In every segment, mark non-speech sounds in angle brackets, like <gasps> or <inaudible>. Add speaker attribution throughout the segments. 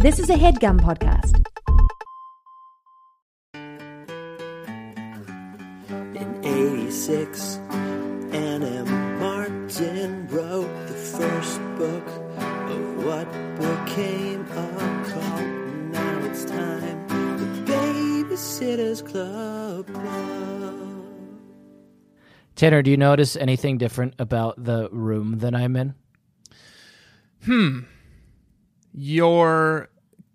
Speaker 1: This is a headgum podcast.
Speaker 2: In 86, Anna Martin wrote the first book of what became a cult. Now it's time, the Babysitter's Club.
Speaker 3: Tanner, do you notice anything different about the room that I'm in?
Speaker 4: your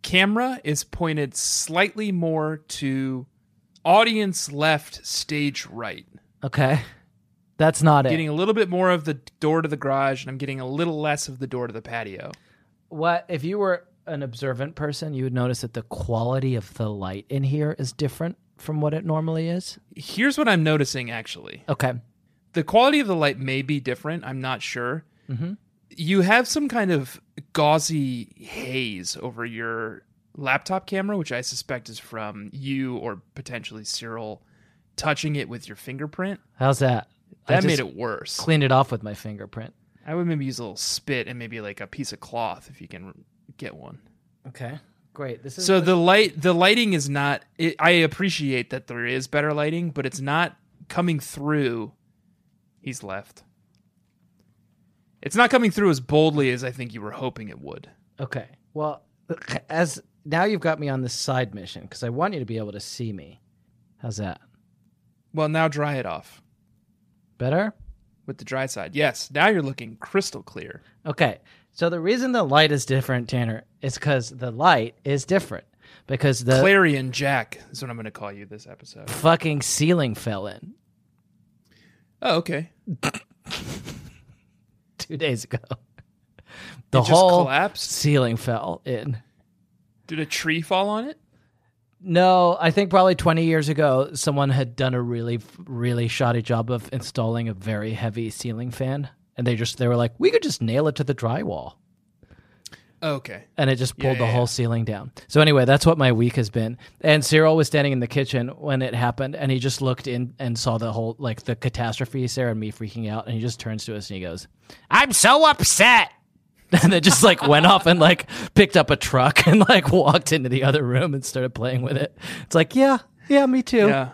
Speaker 4: camera is pointed slightly more to audience left, stage right.
Speaker 3: Okay. That's not
Speaker 4: Getting
Speaker 3: it.
Speaker 4: a little bit more of the door to the garage, and I'm getting a little less of the door to the patio.
Speaker 3: What if you were an observant person, you would notice that the quality of the light in here is different from what it normally is.
Speaker 4: Here's what I'm noticing actually
Speaker 3: Okay.
Speaker 4: the quality of the light may be different. I'm not sure.
Speaker 3: Mm-hmm.
Speaker 4: You have some kind of gauzy haze over your laptop camera, which I suspect is from you or potentially Cyril touching it with your fingerprint.
Speaker 3: How's that? I
Speaker 4: That made
Speaker 3: just
Speaker 4: it worse.
Speaker 3: cleaned it off with my fingerprint.
Speaker 4: I would maybe use a little spit and maybe like a piece of cloth if you can get one.
Speaker 3: Okay. Great. This is
Speaker 4: So the light, the lighting is not. It, I appreciate that there is better lighting, but it's not coming through. He's left. It's not coming through as boldly as I think you were hoping it would.
Speaker 3: Okay. Well, <clears throat> as now you've got me on this side mission because I want you to be able to see me. How's that?
Speaker 4: Well, now dry it off
Speaker 3: Better?
Speaker 4: with the dry side. Yes, now you're looking crystal clear.
Speaker 3: Okay. So the reason the light is different, Tanner, is because the light is different. Because the
Speaker 4: Clarion Jack is what I'm going to call you this episode.
Speaker 3: fucking ceiling fell in <laughs>
Speaker 4: Oh, okay.
Speaker 3: two days ago. The
Speaker 4: just
Speaker 3: whole
Speaker 4: collapsed?
Speaker 3: ceiling fell in.
Speaker 4: Did a tree fall on it?
Speaker 3: No, I think probably 20 years ago, someone had done a really, really shoddy job of installing a very heavy ceiling fan. And they just, they were like, we could just nail it to the drywall.
Speaker 4: Okay.
Speaker 3: and it just pulled
Speaker 4: Yeah,
Speaker 3: the
Speaker 4: yeah,
Speaker 3: whole
Speaker 4: yeah.
Speaker 3: ceiling down. So anyway, that's what my week has been. And Cyril was standing in the kitchen when it happened, and he just looked in and saw the whole like the catastrophe, Sarah and me freaking out, and he just turns to us and he goes, "I'm so upset." <laughs> And then just like went off and like picked up a truck <laughs> and like walked into the other room and started playing with it. It's like, yeah, yeah, me too.
Speaker 4: Yeah.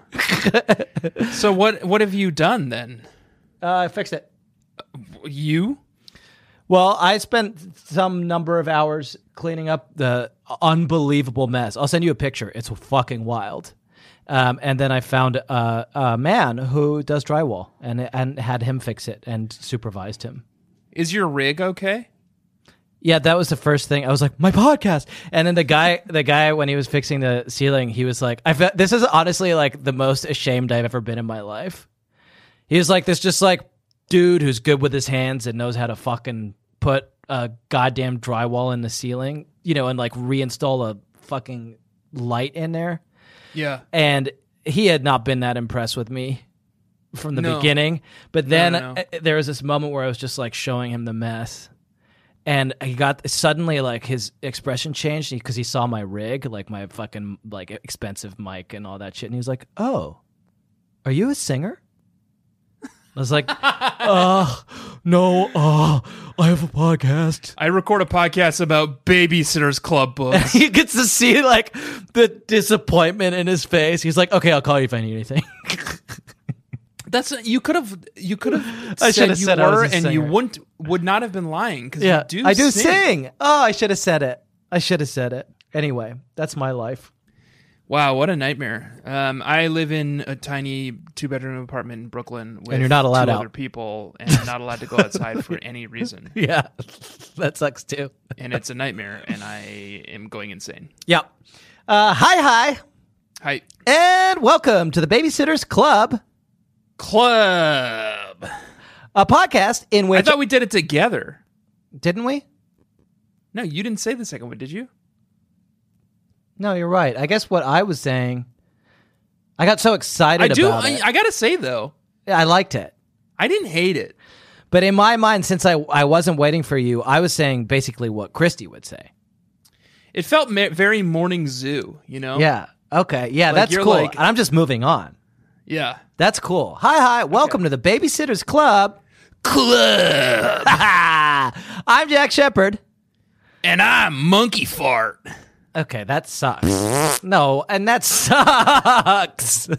Speaker 4: so what what have you done then?
Speaker 3: Uh, I fixed it.
Speaker 4: You?
Speaker 3: Well, I spent some number of hours cleaning up the unbelievable mess. I'll send you a picture. It's fucking wild. Um, and then I found a, a man who does drywall and and had him fix it and supervised him.
Speaker 4: Is your rig okay?
Speaker 3: Yeah, that was the first thing. I was like, my podcast. And then the guy, the guy, when he was fixing the ceiling, he was like, I felt this is honestly like the most ashamed I've ever been in my life. He was like this, just like dude who's good with his hands and knows how to fucking put a goddamn drywall in the ceiling, you know, and like reinstall a fucking light in there.
Speaker 4: Yeah.
Speaker 3: And he had not been that impressed with me from the
Speaker 4: No.
Speaker 3: beginning. But then
Speaker 4: no, no.
Speaker 3: uh, there was this moment where I was just like showing him the mess. And he got suddenly like his expression changed because he saw my rig, like my fucking like expensive mic and all that shit. And he was like, Oh, are you a singer? I
Speaker 4: <laughs>
Speaker 3: was like, uh, no, uh, I have a podcast. <laughs>
Speaker 4: I record a podcast about babysitters club books.
Speaker 3: He gets to see like the disappointment in his face. He's like, okay, I'll call you if I need anything.
Speaker 4: <laughs> That's you could have you could have
Speaker 3: I
Speaker 4: said
Speaker 3: should
Speaker 4: you
Speaker 3: have said I
Speaker 4: were
Speaker 3: was a
Speaker 4: and you
Speaker 3: singer.
Speaker 4: wouldn't would not have been lying because
Speaker 3: Yeah,
Speaker 4: you do
Speaker 3: I do sing. Oh, I should have said it. I should have said it. Anyway, that's my life.
Speaker 4: Wow, what a nightmare. Um, I live in a tiny two bedroom apartment in Brooklyn with
Speaker 3: you're not allowed
Speaker 4: two
Speaker 3: out.
Speaker 4: other people and I'm not allowed to go outside for <laughs> any reason.
Speaker 3: Yeah, that sucks too.
Speaker 4: And it's a nightmare and I am going insane.
Speaker 3: Yep. Uh, hi, hi,
Speaker 4: Hi
Speaker 3: and welcome to the Babysitters Club,
Speaker 4: Club
Speaker 3: a podcast in
Speaker 4: I
Speaker 3: which
Speaker 4: thought we did it together.
Speaker 3: didn't we?
Speaker 4: No, you didn't say the second one, did you?
Speaker 3: No, you're right. I guess what I was saying, I got so excited
Speaker 4: I do.
Speaker 3: about
Speaker 4: I,
Speaker 3: it.
Speaker 4: I gotta say though,
Speaker 3: I liked it.
Speaker 4: I didn't hate it.
Speaker 3: But in my mind, since I, I wasn't waiting for you, I was saying basically what Christy would say.
Speaker 4: It felt ma- very morning zoo. You know.
Speaker 3: Yeah. Okay. Yeah,
Speaker 4: Oh. Like,
Speaker 3: that's
Speaker 4: you're
Speaker 3: cool.
Speaker 4: like-
Speaker 3: and I'm just moving on.
Speaker 4: Yeah.
Speaker 3: That's cool. Hi, hi. Welcome to the Babysitters Club. <laughs>
Speaker 4: Club.
Speaker 3: I'm Jack Shepard.
Speaker 4: And I monkey fart.
Speaker 3: Okay, that sucks. no, and that sucks.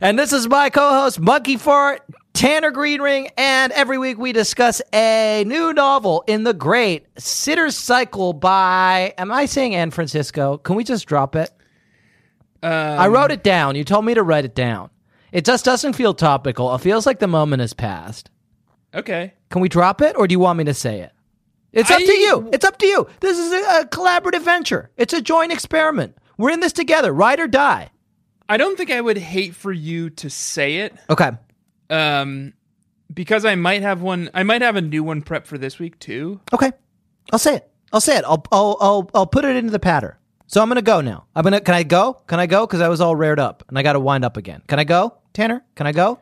Speaker 3: and this is my co-host Monkey Fart, Tanner Greenring, and every week we discuss a new novel in the great Sitter's Cycle by am I saying Anne Francisco? Can we just drop it?
Speaker 4: Uh,
Speaker 3: I wrote it down. You told me to write it down. It just doesn't feel topical. It feels like the moment has passed.
Speaker 4: Okay.
Speaker 3: Can we drop it or do you want me to say it? It's up to
Speaker 4: I-
Speaker 3: you. It's up to you. This is a, a collaborative venture. It's a joint experiment. We're in this together, ride or die.
Speaker 4: I don't think I would hate for you to say it.
Speaker 3: Okay.
Speaker 4: Um because I might have one I might have a new one prep for this week too.
Speaker 3: Okay. I'll say it. I'll say it. I'll I'll I'll, I'll put it into the patter. So I'm going to go now. I'm going to Can I go? Can I go cuz I was all reared up and I got to wind up again. Can I go? Tanner, can I go?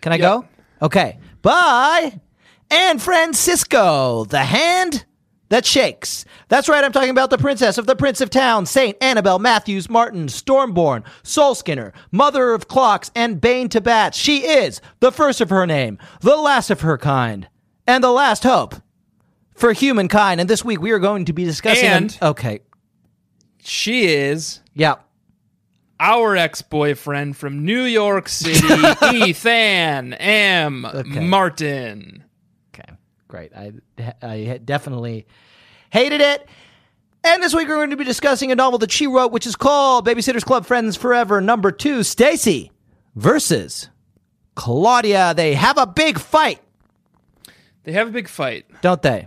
Speaker 3: Can I go? Okay. Bye. And Francisco, the hand that shakes. That's right, I'm talking about the princess of the Prince of Town, Saint Annabel Matthews Martin, Stormborn, Soul Skinner, Mother of Clocks, and Bane to Bats. She is the first of her name, the last of her kind, and the last hope for humankind. And this week we are going to be discussing.
Speaker 4: And-
Speaker 3: okay,
Speaker 4: She is
Speaker 3: yeah.
Speaker 4: our ex-boyfriend from New York City, Ethan M. Martin.
Speaker 3: Okay, great. I, I definitely hated it. And this week we're going to be discussing a novel that she wrote, which is called Babysitters Club Friends Forever, number two, Stacy versus Claudia. They have a big fight,
Speaker 4: They have a big fight.
Speaker 3: don't they?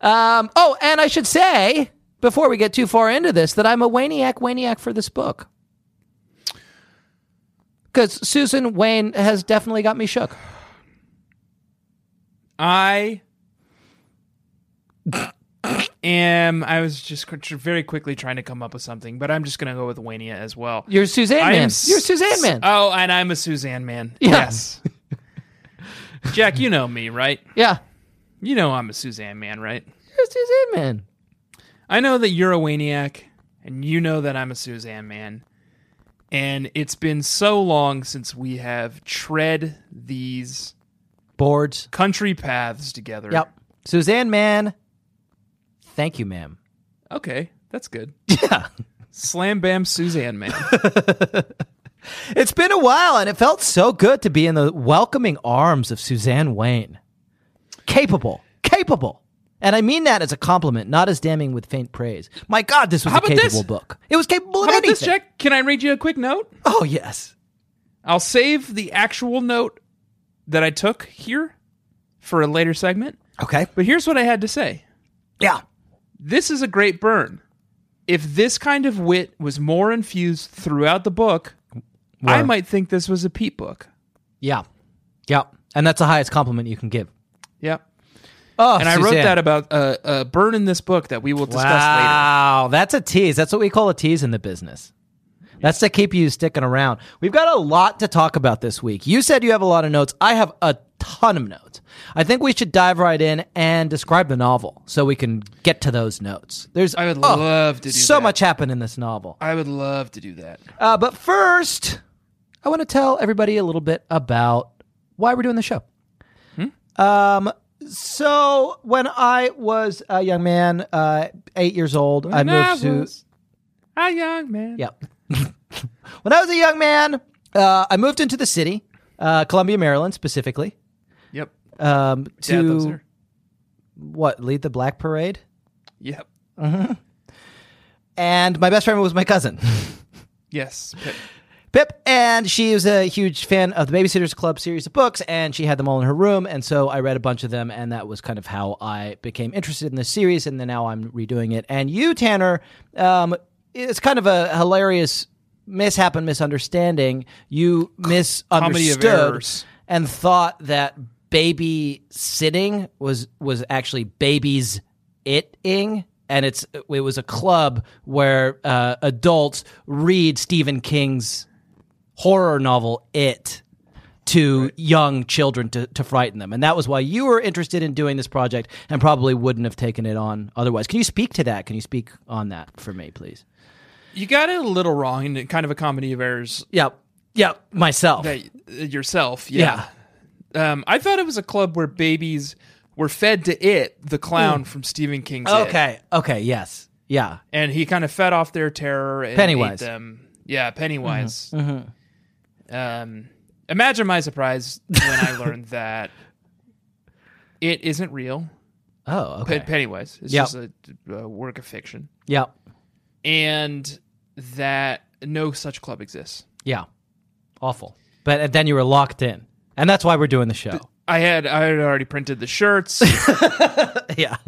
Speaker 3: Um, oh, and I should say, before we get too far into this, that I'm a Waniac Waniac for this book. Because Susan Wayne has definitely got me shook.
Speaker 4: I am. I was just qu- tr- very quickly trying to come up with something, but I'm just going to go with Wania as well.
Speaker 3: You're Suzanne
Speaker 4: I am
Speaker 3: Man.
Speaker 4: s-
Speaker 3: You're Suzanne Man.
Speaker 4: Oh, and I'm a Suzanne man.
Speaker 3: Yeah. <laughs>
Speaker 4: Yes. Jack, you know me, right?
Speaker 3: yeah.
Speaker 4: You know I'm a Suzanne man, right?
Speaker 3: You're Suzanne Man.
Speaker 4: I know that you're a Waniac, and you know that I'm a Suzanne man. And it's been so long since we have tread these
Speaker 3: Boards.
Speaker 4: country paths together.
Speaker 3: Yep. Suzanne Man. Thank you, ma'am.
Speaker 4: Okay, that's good.
Speaker 3: <laughs> Yeah.
Speaker 4: Slam bam Suzanne man.
Speaker 3: It's been a while and it felt so good to be in the welcoming arms of Suzanne Wayne. Capable. Capable. And I mean that as a compliment, not as damning with faint praise. My God, this was
Speaker 4: How
Speaker 3: a
Speaker 4: about
Speaker 3: capable
Speaker 4: this?
Speaker 3: book. It was capable of
Speaker 4: How about
Speaker 3: anything.
Speaker 4: this, Jack? Can I read you a quick note?
Speaker 3: Oh yes.
Speaker 4: I'll save the actual note that I took here for a later segment.
Speaker 3: Okay.
Speaker 4: But here's what I had to say
Speaker 3: Yeah.
Speaker 4: This is a great burn. If this kind of wit was more infused throughout the book, I
Speaker 3: Were.
Speaker 4: might think this was a Pete book.
Speaker 3: Yeah. Yeah. And that's the highest compliment you can give.
Speaker 4: Yep.
Speaker 3: Oh,
Speaker 4: And I wrote
Speaker 3: Suzanne.
Speaker 4: that about uh, a burn in this book that we will discuss later.
Speaker 3: Wow, that's a tease. That's what we call a tease in the business. That's to keep you sticking around. We've got a lot to talk about this week. You said you have a lot of notes. I have a ton of notes. I think we should dive right in and describe the novel so we can get to those notes. There's
Speaker 4: I would
Speaker 3: oh,
Speaker 4: love to do
Speaker 3: so
Speaker 4: that.
Speaker 3: much happened in this novel.
Speaker 4: I would love to do that.
Speaker 3: Uh, but first, I want to tell everybody a little bit about why we're doing the show.
Speaker 4: Hmm?
Speaker 3: Um, so when I was a young man, uh, eight years old, I moved
Speaker 4: I
Speaker 3: to
Speaker 4: was a young man.
Speaker 3: yeah. <laughs> when I was a young man, uh, I moved into the city, uh, Columbia, Maryland, specifically,
Speaker 4: Yep.
Speaker 3: um,
Speaker 4: Dad lives
Speaker 3: to
Speaker 4: there.
Speaker 3: what lead the Black Parade.
Speaker 4: Yep.
Speaker 3: And my best friend was my cousin. <laughs>
Speaker 4: Yes. Pip.
Speaker 3: Pip, and she was a huge fan of the Babysitters Club series of books, and she had them all in her room. And so I read a bunch of them, and that was kind of how I became interested in this series. And then now I'm redoing it. And you, Tanner, um, it's kind of a hilarious mishap and misunderstanding. You misunderstood
Speaker 4: errors.
Speaker 3: and thought that babysitting was was actually babies it-ing and it's it was a club where uh, adults read Stephen King's horror novel It to young children to, to frighten them. And that was why you were interested in doing this project and probably wouldn't have taken it on otherwise. Can you speak to that? Can you speak on that for me, please?
Speaker 4: You got it a little wrong, and it kind of a comedy of errors
Speaker 3: Yeah. Yeah, myself.
Speaker 4: that uh, yourself.
Speaker 3: yeah.
Speaker 4: Yeah. Um, I thought it was a club where babies were fed to it, the clown from Stephen King's. It.
Speaker 3: Hmm. Oh, Okay. Okay. Yes. Yeah.
Speaker 4: and he kind of fed off their terror. And ate
Speaker 3: Pennywise. Mm-hmm.
Speaker 4: them. yeah, Pennywise. Um, imagine my surprise when I
Speaker 3: <laughs>
Speaker 4: learned that it isn't real.
Speaker 3: Oh.
Speaker 4: Pe-
Speaker 3: Okay.
Speaker 4: Pennywise, it's
Speaker 3: Yeah.
Speaker 4: just a, a work of fiction,
Speaker 3: yeah.
Speaker 4: and that no such club exists.
Speaker 3: Yeah. Awful. But and then you were locked in, and that's why we're doing the show.
Speaker 4: I had I had already printed the shirts.
Speaker 3: <laughs> yeah.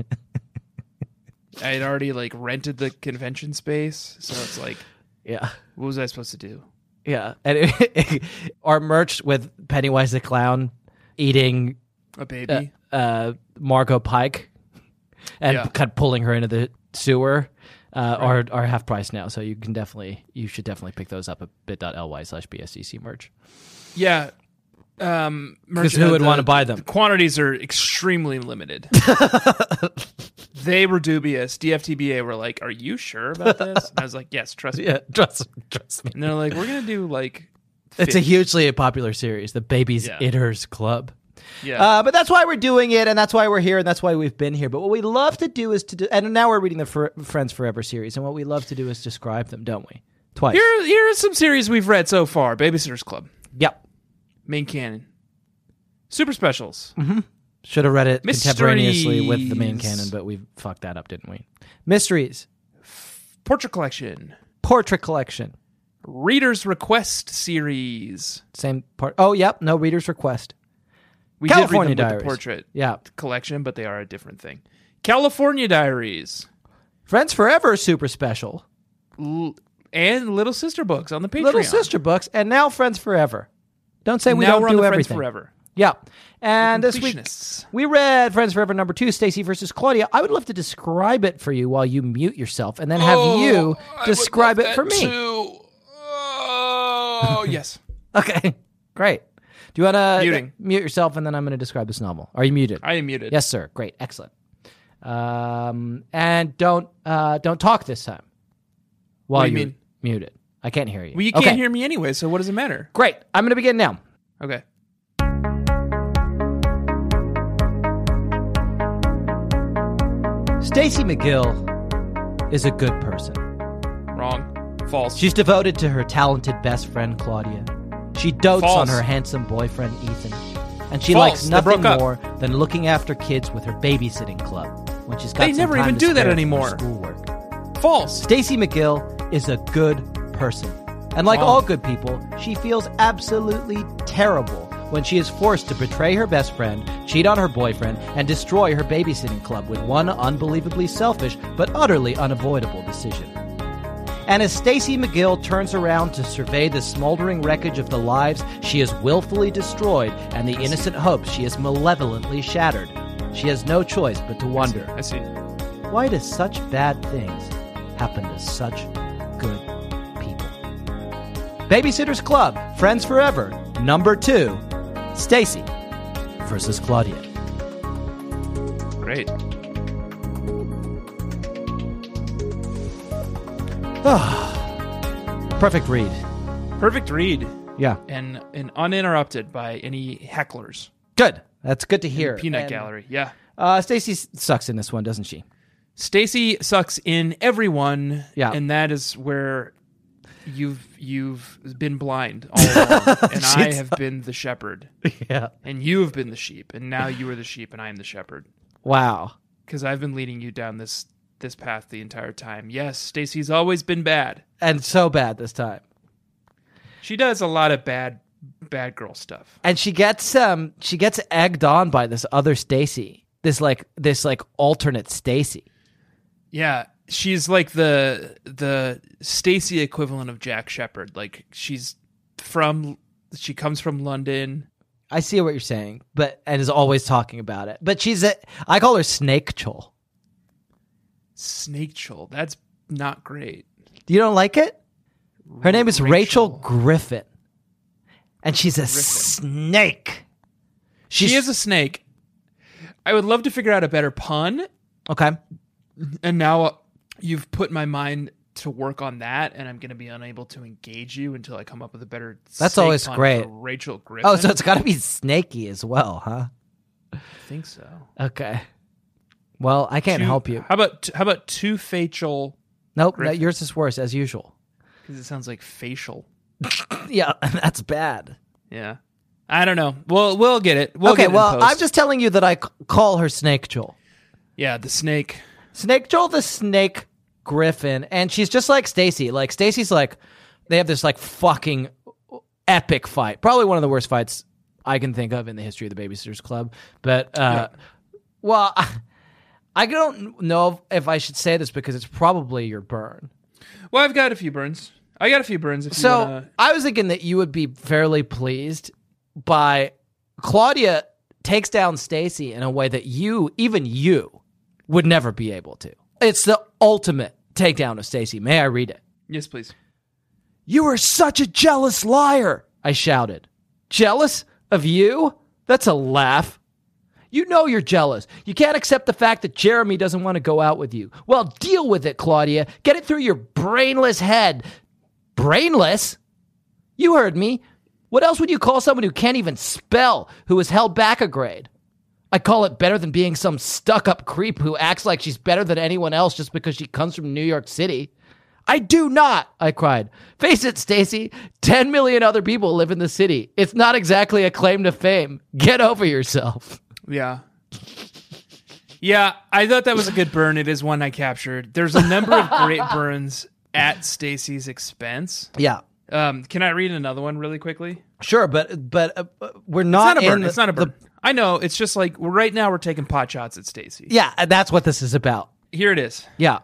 Speaker 4: I had already like rented the convention space, so it's like,
Speaker 3: Yeah.
Speaker 4: what was I supposed to do?
Speaker 3: Yeah. And <laughs> it, our merch with Pennywise the clown eating
Speaker 4: A baby.
Speaker 3: uh, Margot Pike and
Speaker 4: Yeah.
Speaker 3: kind of pulling her into the sewer uh, are, are half price now. So you can definitely, you should definitely pick those up at bit.ly slash BSCC merch.
Speaker 4: Yeah. Um, merch-
Speaker 3: who
Speaker 4: uh,
Speaker 3: would
Speaker 4: the-
Speaker 3: wanna buy them?
Speaker 4: The quantities are extremely
Speaker 3: <laughs>
Speaker 4: limited. they were dubious. DFTBA were like, "Are you sure about this?" And I was like, "Yes, trust me."
Speaker 3: <laughs> Yeah, trust, trust me.
Speaker 4: And they're like, "We're gonna do like."
Speaker 3: It's a
Speaker 4: 50."
Speaker 3: hugely popular series, the Babies
Speaker 4: Yeah.
Speaker 3: Itters Club.
Speaker 4: yeah.
Speaker 3: Uh, but that's why we're doing it, and that's why we're here, and that's why we've been here. But what we love to do is to do, and now we're reading the Fr- Friends Forever series, and what we love to do is describe them, don't we? Twice.
Speaker 4: here, here are some series we've read so far: Babysitters Club,
Speaker 3: yep.
Speaker 4: Main Canon, Super Specials,
Speaker 3: Mm-hmm. Should have read it contemporaneously with the main
Speaker 4: Mysteries.
Speaker 3: canon, but we fucked that up, didn't we? Mysteries,
Speaker 4: Portrait Collection,
Speaker 3: portrait collection,
Speaker 4: Reader's Request series.
Speaker 3: same part. Oh, yep. No reader's request.
Speaker 4: We
Speaker 3: California
Speaker 4: did read them
Speaker 3: Diaries.
Speaker 4: with the Portrait
Speaker 3: Yeah.
Speaker 4: Collection, but they are a different thing. California Diaries.
Speaker 3: Friends Forever is super special.
Speaker 4: L- and Little Sister books on the Patreon.
Speaker 3: Little Sister books, and now Friends Forever. Don't say we
Speaker 4: now
Speaker 3: don't
Speaker 4: we're
Speaker 3: do
Speaker 4: on the
Speaker 3: everything.
Speaker 4: Friends Forever.
Speaker 3: Yeah. And this week
Speaker 4: Completionists.
Speaker 3: we read Friends Forever number two, Stacy versus Claudia. I would love to describe it for you while you mute yourself and then have you describe it for me.
Speaker 4: Oh <laughs> yes.
Speaker 3: <laughs> Okay. Great. Do you want to
Speaker 4: Muting.
Speaker 3: mute yourself and then I'm going to describe this novel? Are you muted?
Speaker 4: I am muted.
Speaker 3: yes, sir. Great. Excellent. Um, and don't uh, don't talk this time while
Speaker 4: do you
Speaker 3: are
Speaker 4: mean?
Speaker 3: muted. I can't hear you.
Speaker 4: Well, you can't
Speaker 3: Okay.
Speaker 4: hear me anyway, so what does it matter?
Speaker 3: Great. I'm going to begin now.
Speaker 4: Okay.
Speaker 3: Stacy McGill is a good person.
Speaker 4: Wrong. False.
Speaker 3: She's devoted to her talented best friend Claudia. She dotes on
Speaker 4: False.
Speaker 3: her handsome boyfriend Ethan, and she
Speaker 4: False.
Speaker 3: likes
Speaker 4: They
Speaker 3: nothing
Speaker 4: broke up.
Speaker 3: more than looking after kids with her babysitting club when she's got
Speaker 4: They
Speaker 3: some
Speaker 4: never
Speaker 3: time
Speaker 4: even
Speaker 3: to
Speaker 4: do that
Speaker 3: spare from her
Speaker 4: anymore.
Speaker 3: Schoolwork.
Speaker 4: False.
Speaker 3: Stacy McGill is a good person, and like
Speaker 4: Wrong.
Speaker 3: all good people, she feels absolutely terrible when she is forced to betray her best friend, cheat on her boyfriend, and destroy her babysitting club with one unbelievably selfish but utterly unavoidable decision. And as Stacy McGill turns around to survey the smoldering wreckage of the lives she has willfully destroyed and the innocent hopes she has malevolently shattered, she has no choice but to wonder
Speaker 4: I see.
Speaker 3: why do such bad things happen to such good people? Babysitter's Club, Friends Forever, number two, Stacy versus Claudia. <sighs>
Speaker 4: Great.
Speaker 3: Perfect read.
Speaker 4: Perfect read.
Speaker 3: Yeah.
Speaker 4: And and uninterrupted by any hecklers.
Speaker 3: Good. That's good to hear.
Speaker 4: Peanut
Speaker 3: And,
Speaker 4: gallery. Yeah.
Speaker 3: Uh, Stacy s- sucks in this one, doesn't she?
Speaker 4: Stacy sucks in everyone,
Speaker 3: Yeah.
Speaker 4: and that is where you've you've been blind all along, and I have been the shepherd,
Speaker 3: <laughs> Yeah.
Speaker 4: and you have been the sheep, and now you are the sheep, and I am the shepherd,
Speaker 3: Wow.
Speaker 4: because I've been leading you down this this path the entire time. Yes, Stacy's always been bad.
Speaker 3: And so bad this time.
Speaker 4: She does a lot of bad bad girl stuff.
Speaker 3: and she gets um she gets egged on by this other Stacy, this like this like alternate Stacy.
Speaker 4: Yeah, she's like the the Stacy equivalent of Jack Shepherd. Like she's from she comes from London.
Speaker 3: I see what you're saying, but and is always talking about it. But she's a I call her Snake Chol.
Speaker 4: Snake Chol. That's not great.
Speaker 3: You don't like it? Her name is Rachel,
Speaker 4: Rachel.
Speaker 3: Griffin, and she's a snake. She's,
Speaker 4: She is a snake. I would love to figure out a better pun,
Speaker 3: okay.
Speaker 4: and now uh, you've put my mind to work on that, and I'm going to be unable to engage you until I come up with a better.
Speaker 3: That's
Speaker 4: snake
Speaker 3: always
Speaker 4: pun
Speaker 3: great.
Speaker 4: for Rachel Griffin.
Speaker 3: Oh, so it's got to be snaky as well, huh?
Speaker 4: I think so.
Speaker 3: Okay. Well, I can't
Speaker 4: Two-
Speaker 3: help you.
Speaker 4: How about how about two facial?
Speaker 3: Nope, that,
Speaker 4: Griffin.
Speaker 3: yours is worse as usual.
Speaker 4: Because it sounds like facial.
Speaker 3: Yeah, <laughs> that's bad.
Speaker 4: Yeah. I don't know. We'll we'll get it. We'll
Speaker 3: okay,
Speaker 4: get it in
Speaker 3: well, I'm
Speaker 4: post.
Speaker 3: just telling you that I c- call her Snake Joel.
Speaker 4: yeah the snake.
Speaker 3: Snake Joel the Snake Griffin, and she's just like Stacy. Like Stacy's like they have this like fucking epic fight. Probably one of the worst fights I can think of in the history of the Babysitters Club. But uh well, <laughs> I, I don't know if I should say this because it's probably your burn.
Speaker 4: Well, I've got a few burns. I got a few burns. If
Speaker 3: So
Speaker 4: you wanna...
Speaker 3: I was thinking that you would be fairly pleased by Claudia takes down Stacy in a way that you, even you, would never be able to. It's the ultimate takedown of Stacy. May I read it?
Speaker 4: yes, please.
Speaker 3: You are such a jealous liar, I shouted. Jealous of you? That's a laugh. You know you're jealous. You can't accept the fact that Jeremy doesn't want to go out with you. Well, deal with it, Claudia. Get it through your brainless head. Brainless? You heard me. What else would you call someone who can't even spell, who is held back a grade? I call it better than being some stuck up creep who acts like she's better than anyone else just because she comes from New York City. I do not, I cried. Face it, Stacy. 10 million other people live in the city. It's not exactly a claim to fame. Get over yourself.
Speaker 4: Yeah. Yeah, I thought that was a good burn. It is one I captured. There's a number of great burns at Stacy's expense.
Speaker 3: Yeah.
Speaker 4: Um, can I read another one really quickly?
Speaker 3: Sure, but but uh, uh, we're
Speaker 4: It's
Speaker 3: not,
Speaker 4: not a
Speaker 3: in
Speaker 4: burn.
Speaker 3: the-
Speaker 4: it's not a
Speaker 3: the-
Speaker 4: burn. I know. It's just like right now we're taking pot shots at Stacy.
Speaker 3: yeah, and that's what this is about.
Speaker 4: Here it is.
Speaker 3: Yeah.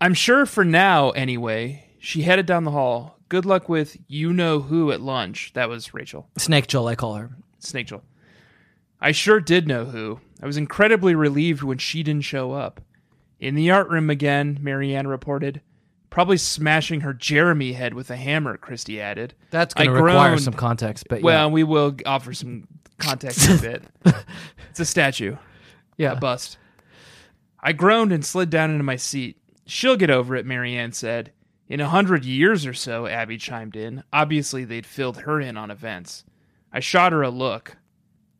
Speaker 4: I'm sure for now, anyway. She headed down the hall. Good luck with you know who at lunch. That was Rachel.
Speaker 3: Snake Joel, I call her.
Speaker 4: Snake Joel. I sure did know who. I was incredibly relieved when she didn't show up. In the art room again, Marianne reported. Probably smashing her Jeremy head with a hammer, Christy added.
Speaker 3: That's
Speaker 4: I
Speaker 3: going to require
Speaker 4: groaned.
Speaker 3: some context, but
Speaker 4: Well, we will g- offer some context in a
Speaker 3: <laughs>
Speaker 4: bit. It's a statue,
Speaker 3: yeah.
Speaker 4: a
Speaker 3: yeah.
Speaker 4: bust. I groaned and slid down into my seat. She'll get over it, Marianne said. In a hundred years or so, Abby chimed in. Obviously, they'd filled her in on events. I shot her a look.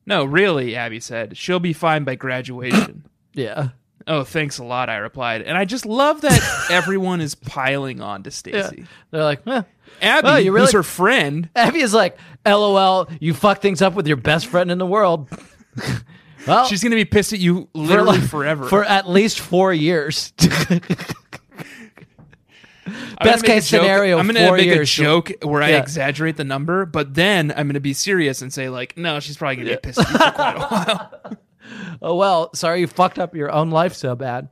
Speaker 4: No, really, Abby said. She'll be fine
Speaker 3: <coughs>
Speaker 4: by graduation.
Speaker 3: yeah.
Speaker 4: oh, thanks a lot, I replied. And I just
Speaker 3: <coughs>
Speaker 4: love that everyone is piling on to Stacy.
Speaker 3: They're like, eh.
Speaker 4: Abby,
Speaker 3: Well, you really-
Speaker 4: who's her friend,
Speaker 3: <laughs> Abby is like, LOL, you fuck things up with your best friend in the world. <laughs> well,
Speaker 4: she's going to be pissed at you literally
Speaker 3: <laughs>
Speaker 4: forever.
Speaker 3: for at least four
Speaker 4: <laughs>
Speaker 3: years.
Speaker 4: I'm gonna
Speaker 3: Best
Speaker 4: make a
Speaker 3: case
Speaker 4: joke-
Speaker 3: scenario,
Speaker 4: I'm gonna
Speaker 3: four
Speaker 4: make
Speaker 3: years.
Speaker 4: a joke where I
Speaker 3: Yeah.
Speaker 4: exaggerate the number, but then I'm gonna be serious and say like, no, she's probably gonna get pissed at you for quite
Speaker 3: <laughs>
Speaker 4: a while.
Speaker 3: oh well, sorry you fucked up your own life so bad.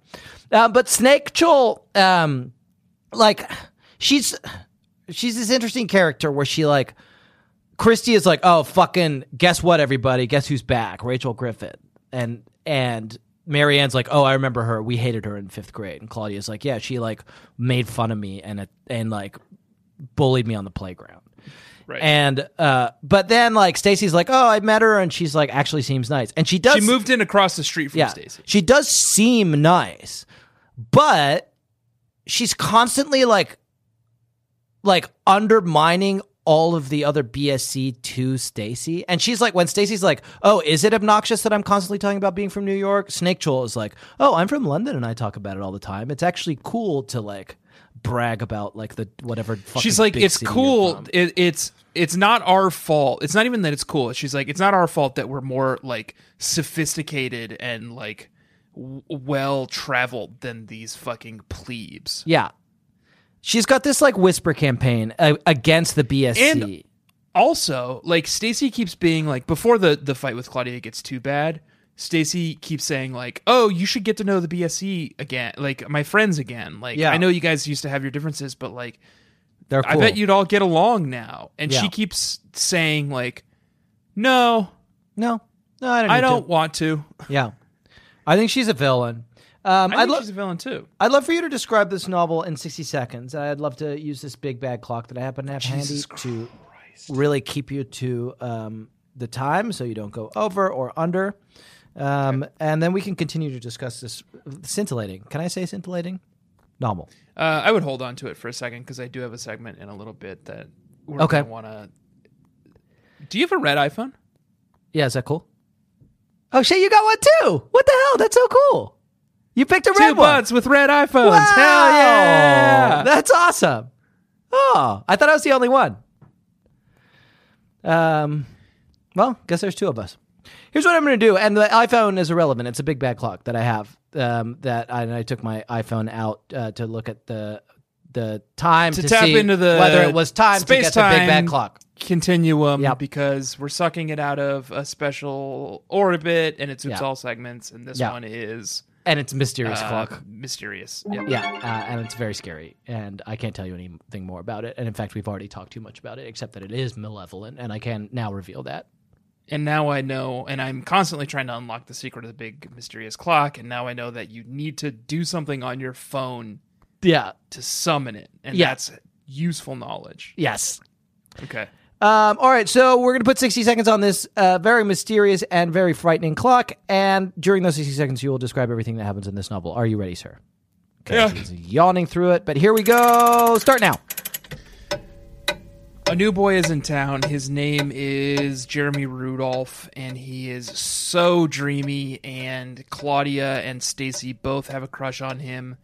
Speaker 3: Uh, but Snake Chol, um, like she's she's this interesting character where she like Christy is like, oh fucking, guess what, everybody, guess who's back? Rachel Griffin, and and Marianne's like, oh, I remember her. We hated her in fifth grade, and Claudia's like, yeah, she like made fun of me and and like bullied me on the playground.
Speaker 4: Right.
Speaker 3: And uh but then like Stacy's like, "Oh, I met her and she's like actually seems nice." And she does
Speaker 4: she moved in across the street from
Speaker 3: yeah,
Speaker 4: Stacy.
Speaker 3: She does seem nice, but she's constantly like like undermining all of the other BSC to Stacy. And she's like when Stacy's like, "Oh, is it obnoxious that I'm constantly talking about being from New York?" Snake Joel is like, "Oh, I'm from London and I talk about it all the time. It's actually cool to like brag about like the whatever fucking
Speaker 4: She's like,
Speaker 3: big
Speaker 4: it's
Speaker 3: city you're
Speaker 4: cool.
Speaker 3: from."
Speaker 4: It, it's it's not our fault. It's not even that it's cool. She's like, it's not our fault that we're more like sophisticated and like w- well traveled than these fucking plebes.
Speaker 3: Yeah. She's got this like whisper campaign uh, against the BSC.
Speaker 4: And- also like stacy keeps being like before the the fight with claudia gets too bad stacy keeps saying like oh you should get to know the bsc again like my friends again like
Speaker 3: Yeah.
Speaker 4: i know you guys used to have your differences but like
Speaker 3: They're cool.
Speaker 4: i bet you'd all get along now and
Speaker 3: Yeah.
Speaker 4: she keeps saying like no
Speaker 3: No, no, I don't.
Speaker 4: i
Speaker 3: need to.
Speaker 4: don't want to
Speaker 3: Yeah, I think she's a villain. Um,
Speaker 4: i
Speaker 3: I'd
Speaker 4: think
Speaker 3: love.
Speaker 4: she's a villain too
Speaker 3: I'd love for you to describe this novel in sixty seconds. I'd love to use this big bag clock that I happen to have
Speaker 4: Jesus
Speaker 3: handy to really keep you to um, the time, so you don't go over or under. Um, And then we can continue to discuss this scintillating. Can I say scintillating? Novel.
Speaker 4: uh, i would hold on to it for a second because i do have a segment in a little bit that we're
Speaker 3: Okay.
Speaker 4: gonna want to do you have a red iphone
Speaker 3: Yeah, is that cool? Oh shit, you got one too. What the hell? That's so cool. You picked a red
Speaker 4: Two
Speaker 3: one.
Speaker 4: buds with red iPhones.
Speaker 3: Wow.
Speaker 4: Hell yeah!
Speaker 3: That's awesome. Oh, I thought I was the only one. Um, well, guess there's two of us. Here's what I'm going to do, and the iPhone is irrelevant. It's a big bad clock that I have. Um, that I, and I took my iPhone out uh, to look at the the time
Speaker 4: To
Speaker 3: to,
Speaker 4: tap
Speaker 3: see
Speaker 4: into the
Speaker 3: whether it was time to get the big
Speaker 4: space-time
Speaker 3: bad clock.
Speaker 4: Continuum,
Speaker 3: Yep.
Speaker 4: because we're sucking it out of a special orbit, and it's its
Speaker 3: Yeah.
Speaker 4: all segments, and this
Speaker 3: Yeah.
Speaker 4: one is
Speaker 3: And it's a mysterious
Speaker 4: uh,
Speaker 3: clock.
Speaker 4: mysterious. Yep.
Speaker 3: Yeah, uh, and it's very scary, and I can't tell you anything more about it. And in fact, we've already talked too much about it, except that it is malevolent, and I can now reveal that.
Speaker 4: And now I know, and I'm constantly trying to unlock the secret of the big mysterious clock. And now I know that you need to do something on your phone
Speaker 3: Yeah.
Speaker 4: to summon it, and
Speaker 3: Yeah.
Speaker 4: that's useful knowledge.
Speaker 3: Yes.
Speaker 4: Okay.
Speaker 3: Um, all right, so we're going to put 60 seconds on this uh, very mysterious and very frightening clock. And during those 60 seconds, you will describe everything that happens in this novel. Are you ready, sir? Okay.
Speaker 4: Yeah.
Speaker 3: he's yawning through it, but here we go. Start now.
Speaker 4: A new boy is in town. His name is Jeremy Rudolph, and he is so dreamy. And Claudia and Stacy both have a crush on him.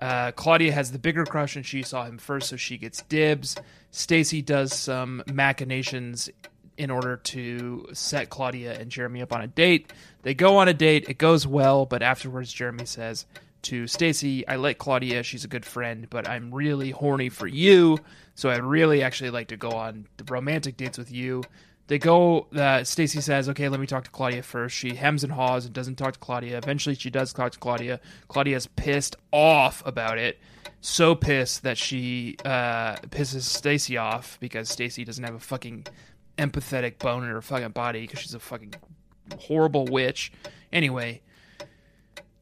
Speaker 4: Uh, Claudia has the bigger crush, and she saw him first, so she gets dibs. Stacy does some machinations in order to set Claudia and Jeremy up on a date. They go on a date. It goes well, but afterwards, Jeremy says to Stacy, "I like Claudia. She's a good friend, but I'm really horny for you. So I'd really actually like to go on the romantic dates with you." They go. Uh, Stacy says, "Okay, let me talk to Claudia first. She hems and haws and doesn't talk to Claudia. Eventually, she does talk to Claudia. Claudia's pissed off about it, so pissed that she uh, pisses Stacy off because Stacy doesn't have a fucking empathetic bone in her fucking body because she's a fucking horrible witch. Anyway,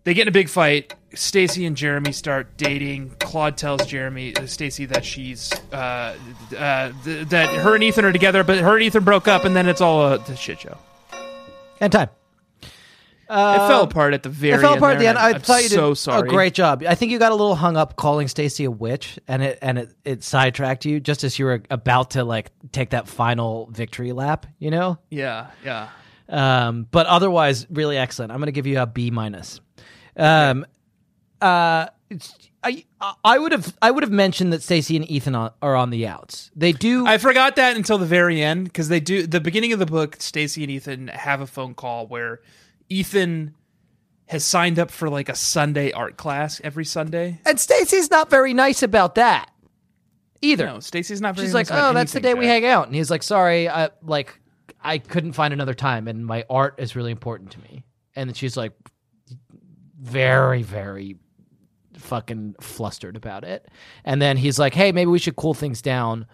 Speaker 4: they get in a big fight. Stacy and Jeremy start dating. Claude tells Jeremy uh, Stacy that she's uh, uh, th- that her and Ethan are together, but her and Ethan broke up, and then it's all a shit show.
Speaker 3: And time.
Speaker 4: it fell apart at the very.
Speaker 3: Uh, It fell apart at
Speaker 4: end
Speaker 3: the end.
Speaker 4: there,
Speaker 3: I
Speaker 4: and I'm
Speaker 3: thought you did
Speaker 4: so sorry.
Speaker 3: a great job. I think you got a little hung up calling Stacy a witch, and it and it, it sidetracked you just as you were about to like take that final victory lap. You know,
Speaker 4: Yeah, yeah.
Speaker 3: um, but otherwise really excellent. I'm going to give you a B minus. Um, uh, it's, I I would have I would have mentioned that Stacy and Ethan are are on the outs. They do.
Speaker 4: I forgot that until the very end because they do the beginning of the book. Stacy and Ethan have a phone call where Ethan has signed up for like a Sunday art class every Sunday.
Speaker 3: and Stacy's not very nice about that either.
Speaker 4: No, Stacy's not. Very
Speaker 3: She's
Speaker 4: nice
Speaker 3: like,
Speaker 4: about
Speaker 3: "Oh, that's the day
Speaker 4: anything,
Speaker 3: we
Speaker 4: Jack."
Speaker 3: hang out," and he's like, "Sorry, I like I couldn't find another time, and my art is really important to me." And then she's like, very, very fucking flustered about it. And then he's like, "Hey, maybe we should cool things down."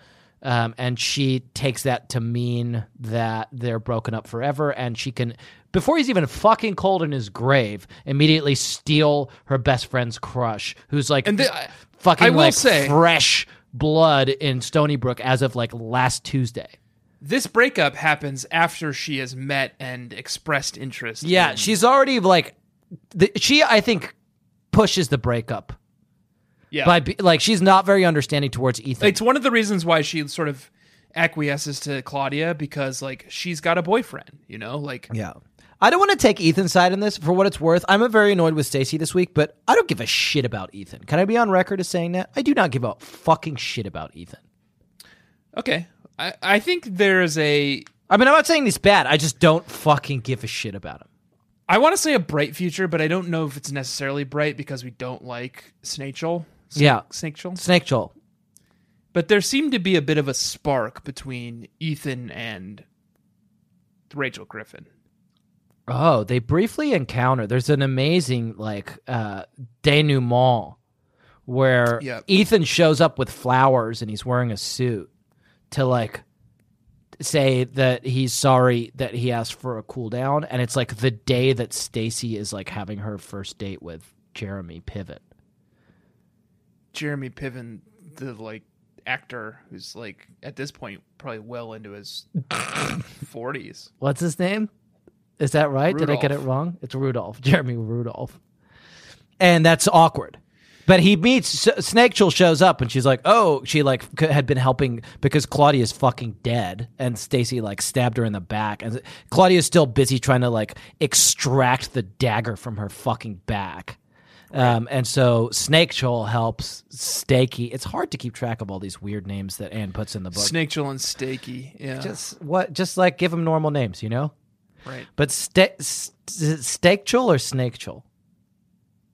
Speaker 3: Um, and she takes that to mean that they're broken up forever, and she can, before he's even fucking cold in his grave, immediately steal her best friend's crush, who's like,
Speaker 4: And the-
Speaker 3: fucking
Speaker 4: I will
Speaker 3: like
Speaker 4: say-
Speaker 3: fresh blood in Stony Brook as of like last Tuesday.
Speaker 4: This breakup happens after she has met and expressed interest.
Speaker 3: Yeah,
Speaker 4: in-
Speaker 3: she's already like, the, she I think pushes the breakup
Speaker 4: yeah.
Speaker 3: by be, like she's not very understanding towards Ethan.
Speaker 4: it's one of the reasons why she sort of acquiesces to Claudia because like she's got a boyfriend, you know, like
Speaker 3: yeah. I don't want to take Ethan's side in this for what it's worth. I'm very annoyed with Stacy this week, but I don't give a shit about Ethan. Can I be on record as saying that? I do not give a fucking shit about Ethan.
Speaker 4: okay. I, I think there is a
Speaker 3: I mean, I'm not saying he's bad. I just don't fucking give a shit about him.
Speaker 4: I want to say a bright future, but I don't know if it's necessarily bright because we don't like Snachel. Sna-
Speaker 3: Yeah.
Speaker 4: Snachel.
Speaker 3: Snake Joel.
Speaker 4: But there seemed to be a bit of a spark between Ethan and Rachel Griffin.
Speaker 3: Oh, they briefly encounter. There's an amazing like uh denouement where
Speaker 4: Yeah.
Speaker 3: Ethan shows up with flowers and he's wearing a suit to like say that he's sorry that he asked for a cool down and it's like the day that Stacy is like having her first date with Jeremy Pivot.
Speaker 4: Jeremy Piven, the like actor who's like at this point probably well into
Speaker 3: <laughs>
Speaker 4: his forties.
Speaker 3: What's his name? Is that right? Did I get it <laughs>
Speaker 4: Rudolph.
Speaker 3: wrong? It's Rudolph, Jeremy Rudolph. And that's awkward. But he meets S- Snake Chill shows up and she's like, "Oh, she like c- had been helping because Claudia's fucking dead and Stacy like stabbed her in the back and Claudia's still busy trying to like extract the dagger from her fucking back." Um, and so Snake Chill helps Stakey. It's hard to keep track of all these weird names that Anne puts in the book.
Speaker 4: Snake Chill and Stakey. Yeah.
Speaker 3: Just what? Just like give them normal names, you know?
Speaker 4: right.
Speaker 3: But sta- st- Snake Chill or Snake Chill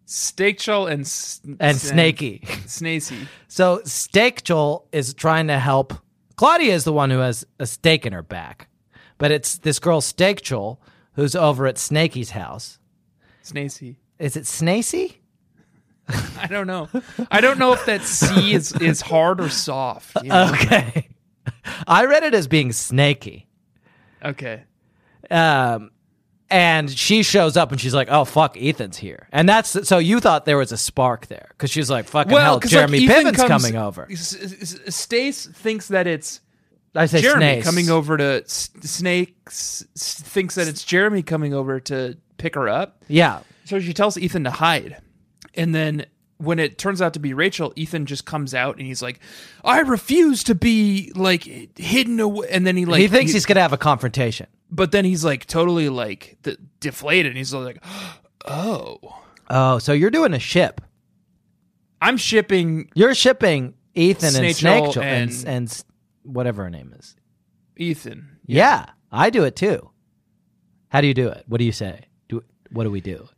Speaker 4: Snake Chill and s-
Speaker 3: and
Speaker 4: s-
Speaker 3: Snakey.
Speaker 4: Snacy.
Speaker 3: So Stakechel is trying to help. Claudia is the one who has a stake in her back, but it's this girl Stakechel who's over at Snakey's house.
Speaker 4: Snacy.
Speaker 3: Is it Snacy? <laughs>
Speaker 4: <laughs> I don't know. I don't know if that C is, is hard or soft. you
Speaker 3: Uh,
Speaker 4: know?
Speaker 3: Okay, I read it as being Snaky.
Speaker 4: okay.
Speaker 3: Um, and she shows up and she's like, "Oh fuck, Ethan's here." And that's so you thought there was a spark there because she's like, "Fucking hell,
Speaker 4: 'cause, like,
Speaker 3: Jeremy
Speaker 4: Ethan
Speaker 3: Piven's
Speaker 4: comes-
Speaker 3: coming over."
Speaker 4: S- s- s- Stace thinks that it's
Speaker 3: I say
Speaker 4: Jeremy
Speaker 3: Snace.
Speaker 4: coming over to S- Snake. S- s- thinks that it's Jeremy coming over to pick her up.
Speaker 3: Yeah,
Speaker 4: So she tells Ethan to hide. And then when it turns out to be Rachel, Ethan just comes out and he's like, "I refuse to be like hidden away." And then he like
Speaker 3: he thinks
Speaker 4: he-
Speaker 3: he's gonna have a confrontation.
Speaker 4: but then he's like totally like d- deflated and he's like, <gasps> "Oh,
Speaker 3: Oh, so you're doing a ship.
Speaker 4: I'm shipping
Speaker 3: You're shipping Ethan and
Speaker 4: Snake
Speaker 3: Snake
Speaker 4: Joel
Speaker 3: and,
Speaker 4: and-
Speaker 3: and s- whatever her name is.
Speaker 4: Ethan."
Speaker 3: Yeah. I do it too. How do you do it? What do you say? Do what do we do?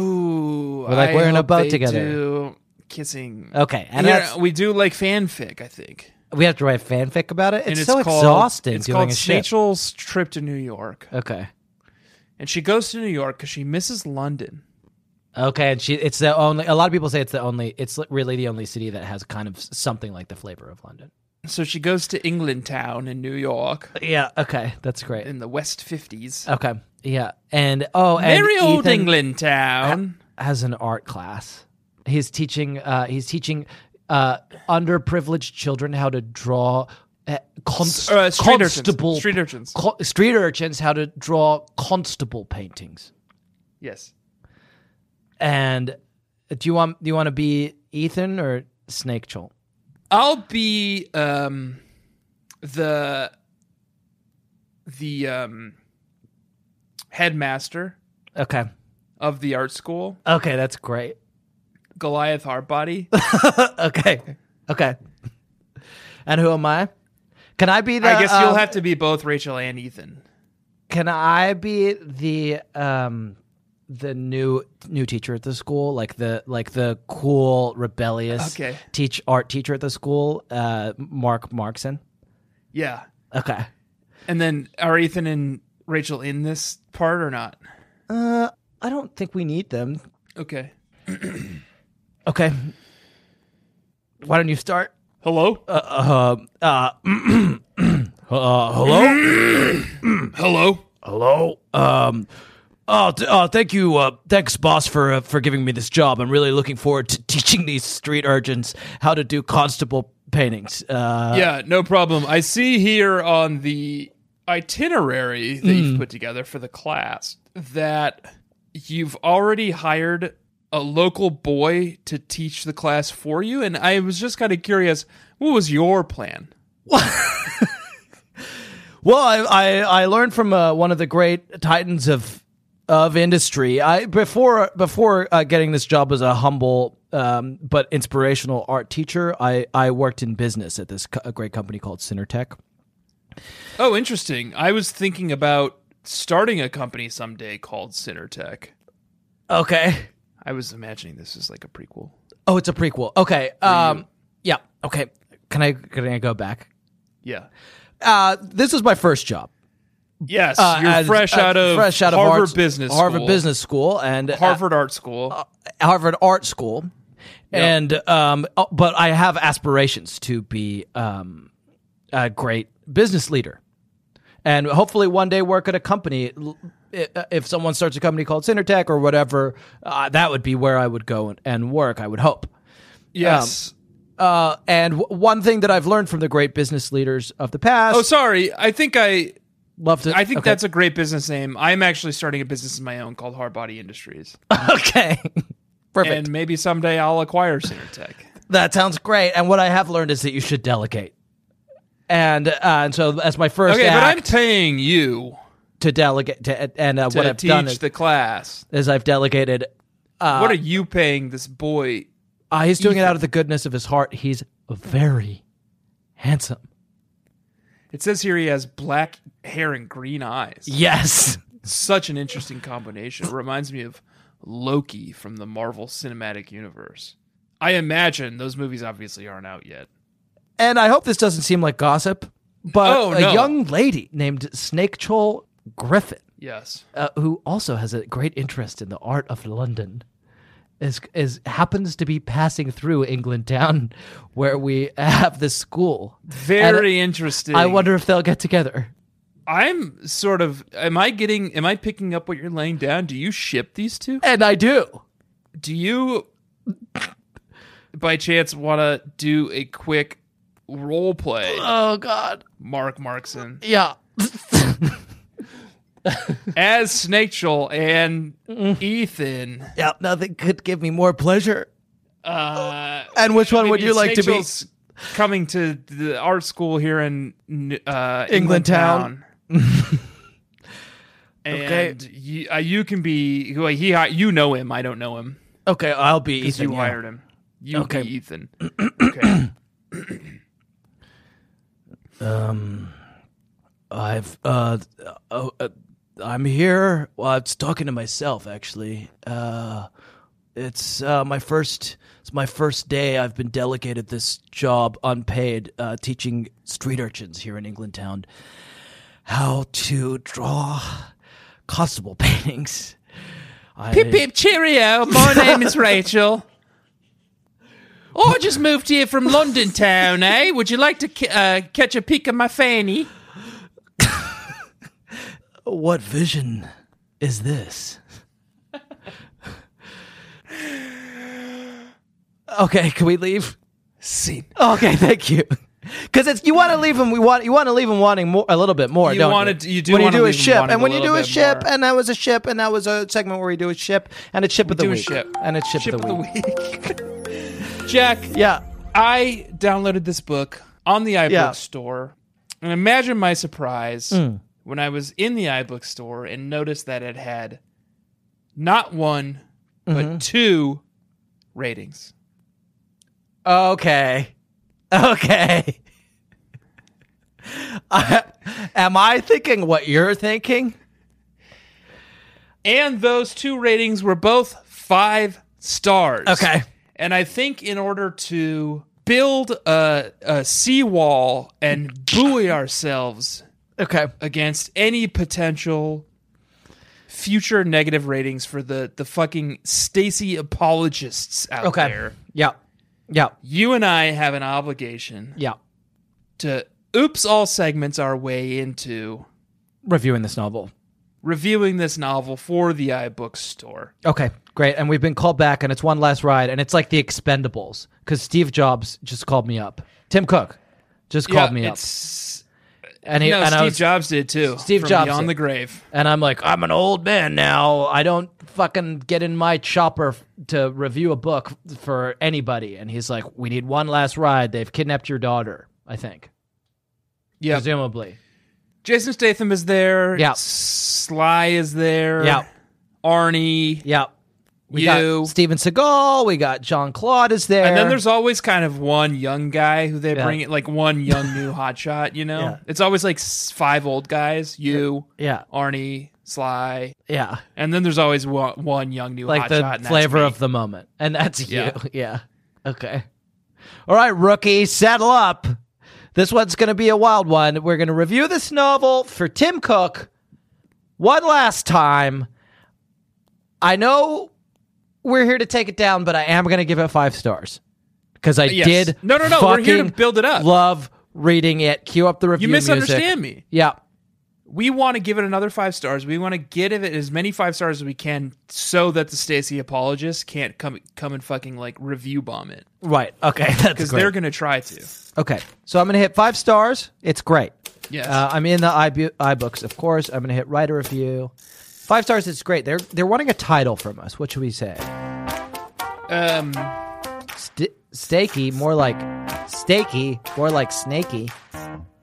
Speaker 4: Ooh,
Speaker 3: We're like,
Speaker 4: I
Speaker 3: we're in a
Speaker 4: hope
Speaker 3: boat
Speaker 4: they
Speaker 3: together.
Speaker 4: do kissing.
Speaker 3: Okay, and
Speaker 4: And yeah,
Speaker 3: that's-
Speaker 4: we do like fanfic, I think.
Speaker 3: We have to write fanfic about it. It's,
Speaker 4: and it's
Speaker 3: so
Speaker 4: called,
Speaker 3: exhausting
Speaker 4: It's
Speaker 3: doing
Speaker 4: called
Speaker 3: a ship.
Speaker 4: Rachel's trip to New York,
Speaker 3: Okay.
Speaker 4: and she goes to New York because she misses London.
Speaker 3: Okay, and she it's the only a lot of people say it's the only it's li- really the only city that has kind of s- something like the flavor of London.
Speaker 4: So she goes to England Town in New York
Speaker 3: Yeah, okay. That's great.
Speaker 4: in the West Fifties.
Speaker 3: Okay. Yeah. And oh, Uh, and
Speaker 4: Merry old
Speaker 3: Ethan-
Speaker 4: England Town.
Speaker 3: has an art class. He's teaching. Uh, he's teaching uh, underprivileged children how to draw. Uh, con-
Speaker 4: uh, street urchins.
Speaker 3: constable
Speaker 4: Street urchins.
Speaker 3: co- street urchins how to draw constable paintings.
Speaker 4: Yes.
Speaker 3: And do you want do you want to be Ethan or Snake Chol?
Speaker 4: I'll be um the the um headmaster
Speaker 3: Okay,
Speaker 4: of the art school,
Speaker 3: okay, that's great.
Speaker 4: Goliath Hardbody.
Speaker 3: okay, okay. And who am I? Can I be the? <laughs>
Speaker 4: I guess you'll
Speaker 3: um,
Speaker 4: have to be both Rachel and Ethan.
Speaker 3: Can I be the um the new new teacher at the school, like the like the cool rebellious
Speaker 4: Okay.
Speaker 3: teach art teacher at the school, uh Mark Markson?
Speaker 4: Yeah.
Speaker 3: Okay.
Speaker 4: And then are Ethan and Rachel in this part or not?
Speaker 3: Uh I don't think we need them.
Speaker 4: Okay.
Speaker 3: Okay. Why don't you start?
Speaker 4: Hello?
Speaker 3: Uh, uh, uh, <clears throat> uh <clears throat> hello?
Speaker 4: <clears throat> Hello?
Speaker 3: Hello. Um. Oh, th- oh, thank you. Uh, thanks, boss, for uh, for giving me this job. I'm really looking forward to <laughs> teaching these street urchins how to do constable paintings. Uh,
Speaker 4: yeah, no problem. I see here on the itinerary that
Speaker 3: Hmm.
Speaker 4: you've put together for the class that you've already hired a local boy to teach the class for you. And I was just kind of curious what was your plan?
Speaker 3: Well, I, I, I learned from uh, one of the great titans of of industry. I before before uh, getting this job as a humble um, but inspirational art teacher, I, I worked in business at this co- a great company called Cinertech.
Speaker 4: Oh, interesting. I was thinking about starting a company someday called Cinertech.
Speaker 3: Okay.
Speaker 4: I was imagining this is like a prequel.
Speaker 3: Oh, it's a prequel. Okay. Um. Yeah. Okay. Can I can I go back?
Speaker 4: Yeah.
Speaker 3: uh, this was my first job.
Speaker 4: Yes,
Speaker 3: Uh,
Speaker 4: you're
Speaker 3: as-
Speaker 4: fresh,
Speaker 3: uh,
Speaker 4: out of
Speaker 3: fresh out of
Speaker 4: Harvard
Speaker 3: arts-
Speaker 4: Business
Speaker 3: Harvard
Speaker 4: School,
Speaker 3: Business Uh, School and uh,
Speaker 4: Harvard Art School.
Speaker 3: Harvard Art School, and um, oh, but I have aspirations to be um, a great business leader, and hopefully one day work at a company. L- i- If someone starts a company called Cinertech or whatever, uh, that would be where I would go and, and work. I would hope.
Speaker 4: yes.
Speaker 3: Uh, and w- one thing that I've learned from the great business leaders of the past,
Speaker 4: oh, sorry. I think I
Speaker 3: love to.
Speaker 4: I think
Speaker 3: okay.
Speaker 4: that's a great business name. I'm actually starting a business of my own called Hardbody Industries.
Speaker 3: <laughs> okay. Perfect.
Speaker 4: And maybe someday I'll acquire Synertech.
Speaker 3: That sounds great. And what I have learned is that you should delegate. And uh, and so as my first
Speaker 4: Okay, but I'm
Speaker 3: act
Speaker 4: paying you
Speaker 3: to delegate to, and uh,
Speaker 4: to
Speaker 3: what I've
Speaker 4: teach
Speaker 3: done is,
Speaker 4: the class.
Speaker 3: is I've delegated. Uh,
Speaker 4: what are you paying this boy?
Speaker 3: uh, he's doing it out of the goodness of his heart. He's very handsome.
Speaker 4: It says here he has black hair and green eyes.
Speaker 3: Yes.
Speaker 4: Such an interesting combination. It reminds me of Loki from the Marvel Cinematic Universe. I imagine those movies obviously aren't out yet.
Speaker 3: And I hope this doesn't seem like gossip, but
Speaker 4: Oh,
Speaker 3: a
Speaker 4: no.
Speaker 3: young lady named Snake Troll Griffin,
Speaker 4: Yes.
Speaker 3: uh, who also has a great interest in the art of London, is is happens to be passing through England town where we have this school.
Speaker 4: Very interesting.
Speaker 3: I wonder if they'll get together.
Speaker 4: I'm sort of. Am I getting? Am I picking up what you're laying down? Do you ship these two?
Speaker 3: And I do.
Speaker 4: Do you, by chance, want to do a quick role play,
Speaker 3: Oh God.
Speaker 4: Mark Markson,
Speaker 3: <laughs> Yeah.
Speaker 4: as Snake Troll and Ethan?
Speaker 3: yeah. Nothing could give me more pleasure.
Speaker 4: Uh,
Speaker 3: And which one would you like to be?
Speaker 4: be? Coming to the art school here in uh,
Speaker 3: England Town. <laughs>
Speaker 4: And you, uh, you can be well, he. You know him. I don't know him.
Speaker 3: Okay, I'll be
Speaker 4: Because
Speaker 3: Ethan.
Speaker 4: you
Speaker 3: yeah.
Speaker 4: hired him. You
Speaker 3: Okay.
Speaker 4: okay. Ethan. okay.
Speaker 3: I've uh, oh, uh I'm here. Well, I was talking to myself actually. Uh, it's uh, my first. It's my first day. I've been delegated this job, unpaid, uh, teaching street urchins here in England town how to draw constable <laughs> paintings. I,
Speaker 4: Pip pip cheerio. <laughs> My name is Rachel. Oh, I just moved here from London town, eh? Would you like to ca- uh, catch a peek of my fanny?
Speaker 3: What vision is this? okay, can we leave?
Speaker 4: See,
Speaker 3: Okay, thank you. Because it's you want to leave him. We want you want to leave him wanting more, a little bit more.
Speaker 4: You
Speaker 3: don't
Speaker 4: wanna-
Speaker 3: you?
Speaker 4: you do
Speaker 3: When you
Speaker 4: wanna
Speaker 3: do a
Speaker 4: leave him
Speaker 3: ship,
Speaker 4: wanting
Speaker 3: and
Speaker 4: a
Speaker 3: when you do
Speaker 4: little
Speaker 3: a
Speaker 4: bit
Speaker 3: ship,
Speaker 4: more.
Speaker 3: and that was a ship, and that was a segment where we do a ship, and it's ship of the
Speaker 4: do a
Speaker 3: week,
Speaker 4: ship.
Speaker 3: and it's ship,
Speaker 4: Ship
Speaker 3: of the week.
Speaker 4: Jack,
Speaker 3: Yeah,
Speaker 4: I downloaded this book on the iBook
Speaker 3: Yeah.
Speaker 4: store. And imagine my surprise when I was in the iBook store and noticed that it had not one, but two ratings.
Speaker 3: Okay. Okay. <laughs> I- am I thinking what you're thinking?
Speaker 4: And those two ratings were both five stars.
Speaker 3: Okay.
Speaker 4: And I think in order to build a, a seawall and buoy ourselves
Speaker 3: Okay.
Speaker 4: against any potential future negative ratings for the, the fucking Stacy apologists out
Speaker 3: Okay.
Speaker 4: there,
Speaker 3: Yeah. Yeah.
Speaker 4: you and I have an obligation
Speaker 3: Yeah.
Speaker 4: to oops all segments our way into
Speaker 3: Reviewing this novel.
Speaker 4: reviewing this novel for the iBookstore. store.
Speaker 3: Okay. Great. And we've been called back, and it's one last ride, and it's like the Expendables because Steve Jobs just called me up. Tim Cook just called me up,
Speaker 4: it's,
Speaker 3: and he
Speaker 4: no,
Speaker 3: and
Speaker 4: Steve
Speaker 3: I was,
Speaker 4: Jobs did too.
Speaker 3: Steve
Speaker 4: from
Speaker 3: Jobs
Speaker 4: Beyond
Speaker 3: did.
Speaker 4: the Grave.
Speaker 3: and I'm like, I'm an old man now. I don't fucking get in my chopper f- to review a book for anybody. And he's like, we need one last ride. They've kidnapped your daughter. I think.
Speaker 4: Yeah,
Speaker 3: Presumably.
Speaker 4: Jason Statham is there.
Speaker 3: Yeah.
Speaker 4: Sly is there.
Speaker 3: Yeah.
Speaker 4: Arnie.
Speaker 3: Yeah. We
Speaker 4: You.
Speaker 3: got Steven Seagal. We got John Claude is there.
Speaker 4: And then there's always kind of one young guy who they
Speaker 3: Yeah.
Speaker 4: bring it like one
Speaker 3: <laughs>
Speaker 4: young new hotshot. You know,
Speaker 3: Yeah.
Speaker 4: it's always like s- five old guys. You,
Speaker 3: yeah,
Speaker 4: Arnie, Sly,
Speaker 3: yeah,
Speaker 4: and then there's always one, one young new
Speaker 3: like
Speaker 4: hotshot.
Speaker 3: the
Speaker 4: and that's
Speaker 3: flavor
Speaker 4: me.
Speaker 3: of the moment, and that's
Speaker 4: Yeah.
Speaker 3: you. <laughs> Yeah. Okay. All right, rookie, saddle up. This one's going to be a wild one. We're going to review this novel for Tim Cook one last time. I know we're here to take it down, but I am going to give it five stars because I
Speaker 4: Yes.
Speaker 3: did.
Speaker 4: No, no, no, we're here to
Speaker 3: fucking
Speaker 4: build it up.
Speaker 3: Love reading it. Cue up the review.
Speaker 4: You misunderstand
Speaker 3: music.
Speaker 4: me.
Speaker 3: Yeah.
Speaker 4: we want to give it another five stars. We want to give it as many five stars as we can, so that the Stacey apologists can't come come and fucking like review bomb it
Speaker 3: Right. <laughs> Okay. That's
Speaker 4: because
Speaker 3: great.
Speaker 4: they're gonna try to.
Speaker 3: okay. So I'm going to hit five stars. It's great.
Speaker 4: Yes.
Speaker 3: Uh, I'm in the iBu- iBooks, of course. I'm going to hit writer review. Five stars. It's great. They're they're wanting a title from us. What should we say?
Speaker 4: Um,
Speaker 3: St- steaky, more like steaky, more like snaky.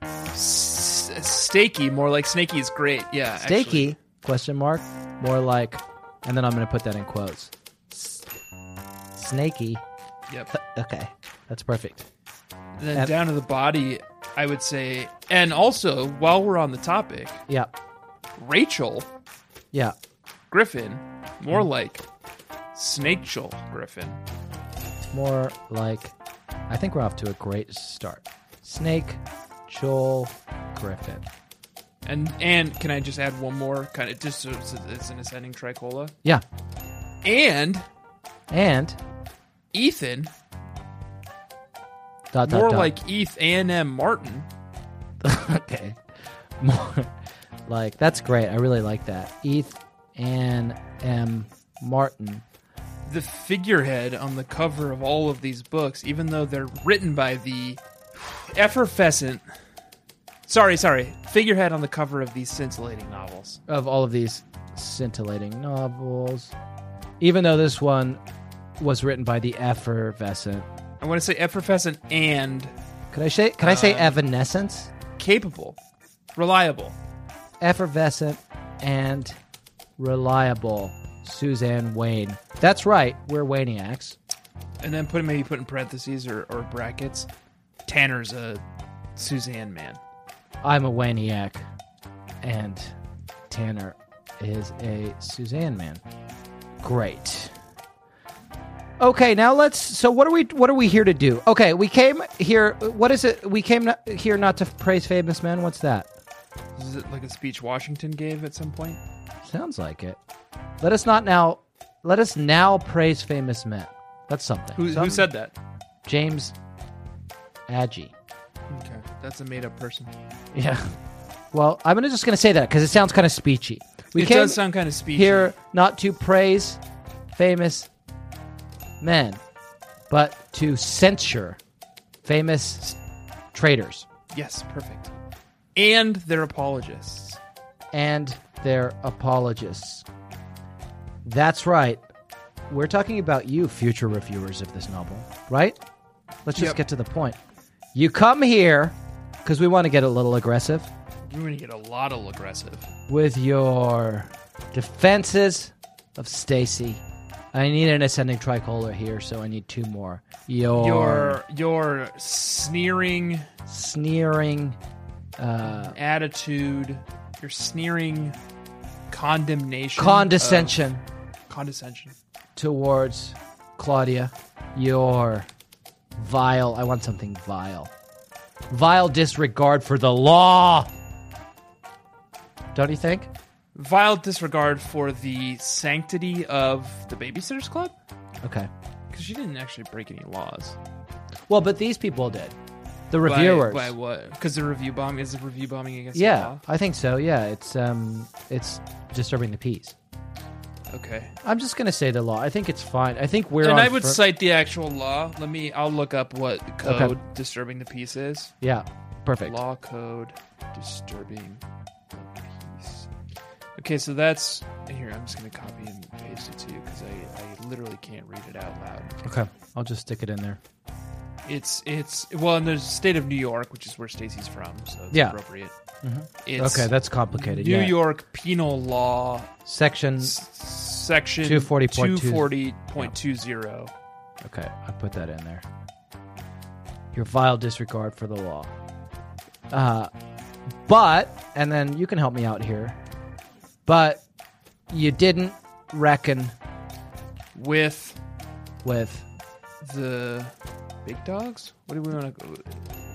Speaker 4: s- steaky, more like snaky is great. Yeah,
Speaker 3: Steaky?
Speaker 4: actually.
Speaker 3: Question mark. More like, and then I'm gonna put that in quotes. S- snaky.
Speaker 4: Yep.
Speaker 3: Okay, that's perfect.
Speaker 4: Then
Speaker 3: And-
Speaker 4: down to the body, I would say. And also, while we're on the topic,
Speaker 3: Yeah,
Speaker 4: Rachel
Speaker 3: yeah.
Speaker 4: Griffin, more like Snakechel Griffin.
Speaker 3: More like, I think we're off to a great start. Snake, Joel, Griffin.
Speaker 4: And and can I just add one more kind of just so it's, it's an ascending tricola?
Speaker 3: Yeah,
Speaker 4: And
Speaker 3: and
Speaker 4: Ethan,
Speaker 3: dot dot
Speaker 4: more
Speaker 3: dot.
Speaker 4: like Eth and M Martin.
Speaker 3: <laughs> okay. More like that's great. I really like that. Eth and M. Martin.
Speaker 4: the figurehead on the cover of all of these books, even though they're written by the effervescent. Sorry, sorry. Figurehead on the cover of these scintillating novels.
Speaker 3: of all of these scintillating novels. Even though this one was written by the effervescent,
Speaker 4: I want to say effervescent and
Speaker 3: could I say? Could I say
Speaker 4: Um,
Speaker 3: evanescence?
Speaker 4: capable, reliable.
Speaker 3: Effervescent and reliable. Suzanne Wayne. That's right. We're Waniacs.
Speaker 4: And then put maybe put in parentheses or, or brackets. Tanner's a Suzanne man.
Speaker 3: I'm a Waniac, and Tanner is a Suzanne man. Great. Okay, now let's. So, what are we? What are we here to do? Okay, we came here. What is it? We came not- here not to praise famous men. What's that?
Speaker 4: Is it like a speech Washington gave at some point?
Speaker 3: Sounds like it. Let us not now. Let us now praise famous men. That's something.
Speaker 4: Who, who
Speaker 3: Something-
Speaker 4: said that?
Speaker 3: James Agee? Mm.
Speaker 4: Okay, that's a made up person.
Speaker 3: Yeah. Well, I'm gonna- just going to say that because it sounds kind of speechy. We
Speaker 4: it
Speaker 3: came-
Speaker 4: does sound kind of speech.
Speaker 3: here not to praise famous men, but to censure famous traitors
Speaker 4: Yes, perfect. And their apologists.
Speaker 3: and their apologists. That's right. We're talking about you, future reviewers of this novel, right? Let's just
Speaker 4: Yep.
Speaker 3: get to the point. You come here because we want to get a little aggressive
Speaker 4: You're going to get a lot of aggressive.
Speaker 3: with your defenses of Stacy. I need an ascending tricolor here, so I need two more. Your,
Speaker 4: Your your sneering
Speaker 3: sneering, uh,
Speaker 4: attitude, your sneering condemnation,
Speaker 3: condescension
Speaker 4: of- condescension.
Speaker 3: towards Claudia. Your vile, I want something vile. Vile disregard for the law. Don't you think?
Speaker 4: Vile disregard for the sanctity of the Babysitters Club?
Speaker 3: Okay.
Speaker 4: Because she didn't actually break any laws.
Speaker 3: Well, but these people did. The
Speaker 4: By-
Speaker 3: reviewers.
Speaker 4: By, what? Because the review bomb is a review bombing against the
Speaker 3: Yeah,
Speaker 4: law?
Speaker 3: I think so. Yeah, it's um, it's disturbing the peace.
Speaker 4: Okay.
Speaker 3: I'm just gonna say the law. I think it's fine. I think we're.
Speaker 4: and
Speaker 3: on
Speaker 4: I would
Speaker 3: fir-
Speaker 4: cite the actual law. Let me. I'll look up what code disturbing the peace is.
Speaker 3: Yeah, perfect.
Speaker 4: Law code disturbing the peace. Okay, so that's here. I'm just gonna copy and paste it to you because I, I literally can't read it out loud.
Speaker 3: Okay, I'll just stick it in there.
Speaker 4: It's it's well in the state of New York, which is where Stacy's from, so it's
Speaker 3: Yeah. Mm-hmm.
Speaker 4: appropriate. It's
Speaker 3: okay, that's complicated.
Speaker 4: New
Speaker 3: yeah.
Speaker 4: York Penal Law
Speaker 3: section.
Speaker 4: s- section
Speaker 3: 240.2.
Speaker 4: 240.20.
Speaker 3: Okay, I put that in there. Your vile disregard for the law. Uh, but and then you can help me out here. But you didn't reckon
Speaker 4: with
Speaker 3: with.
Speaker 4: the big dogs. What do we want to?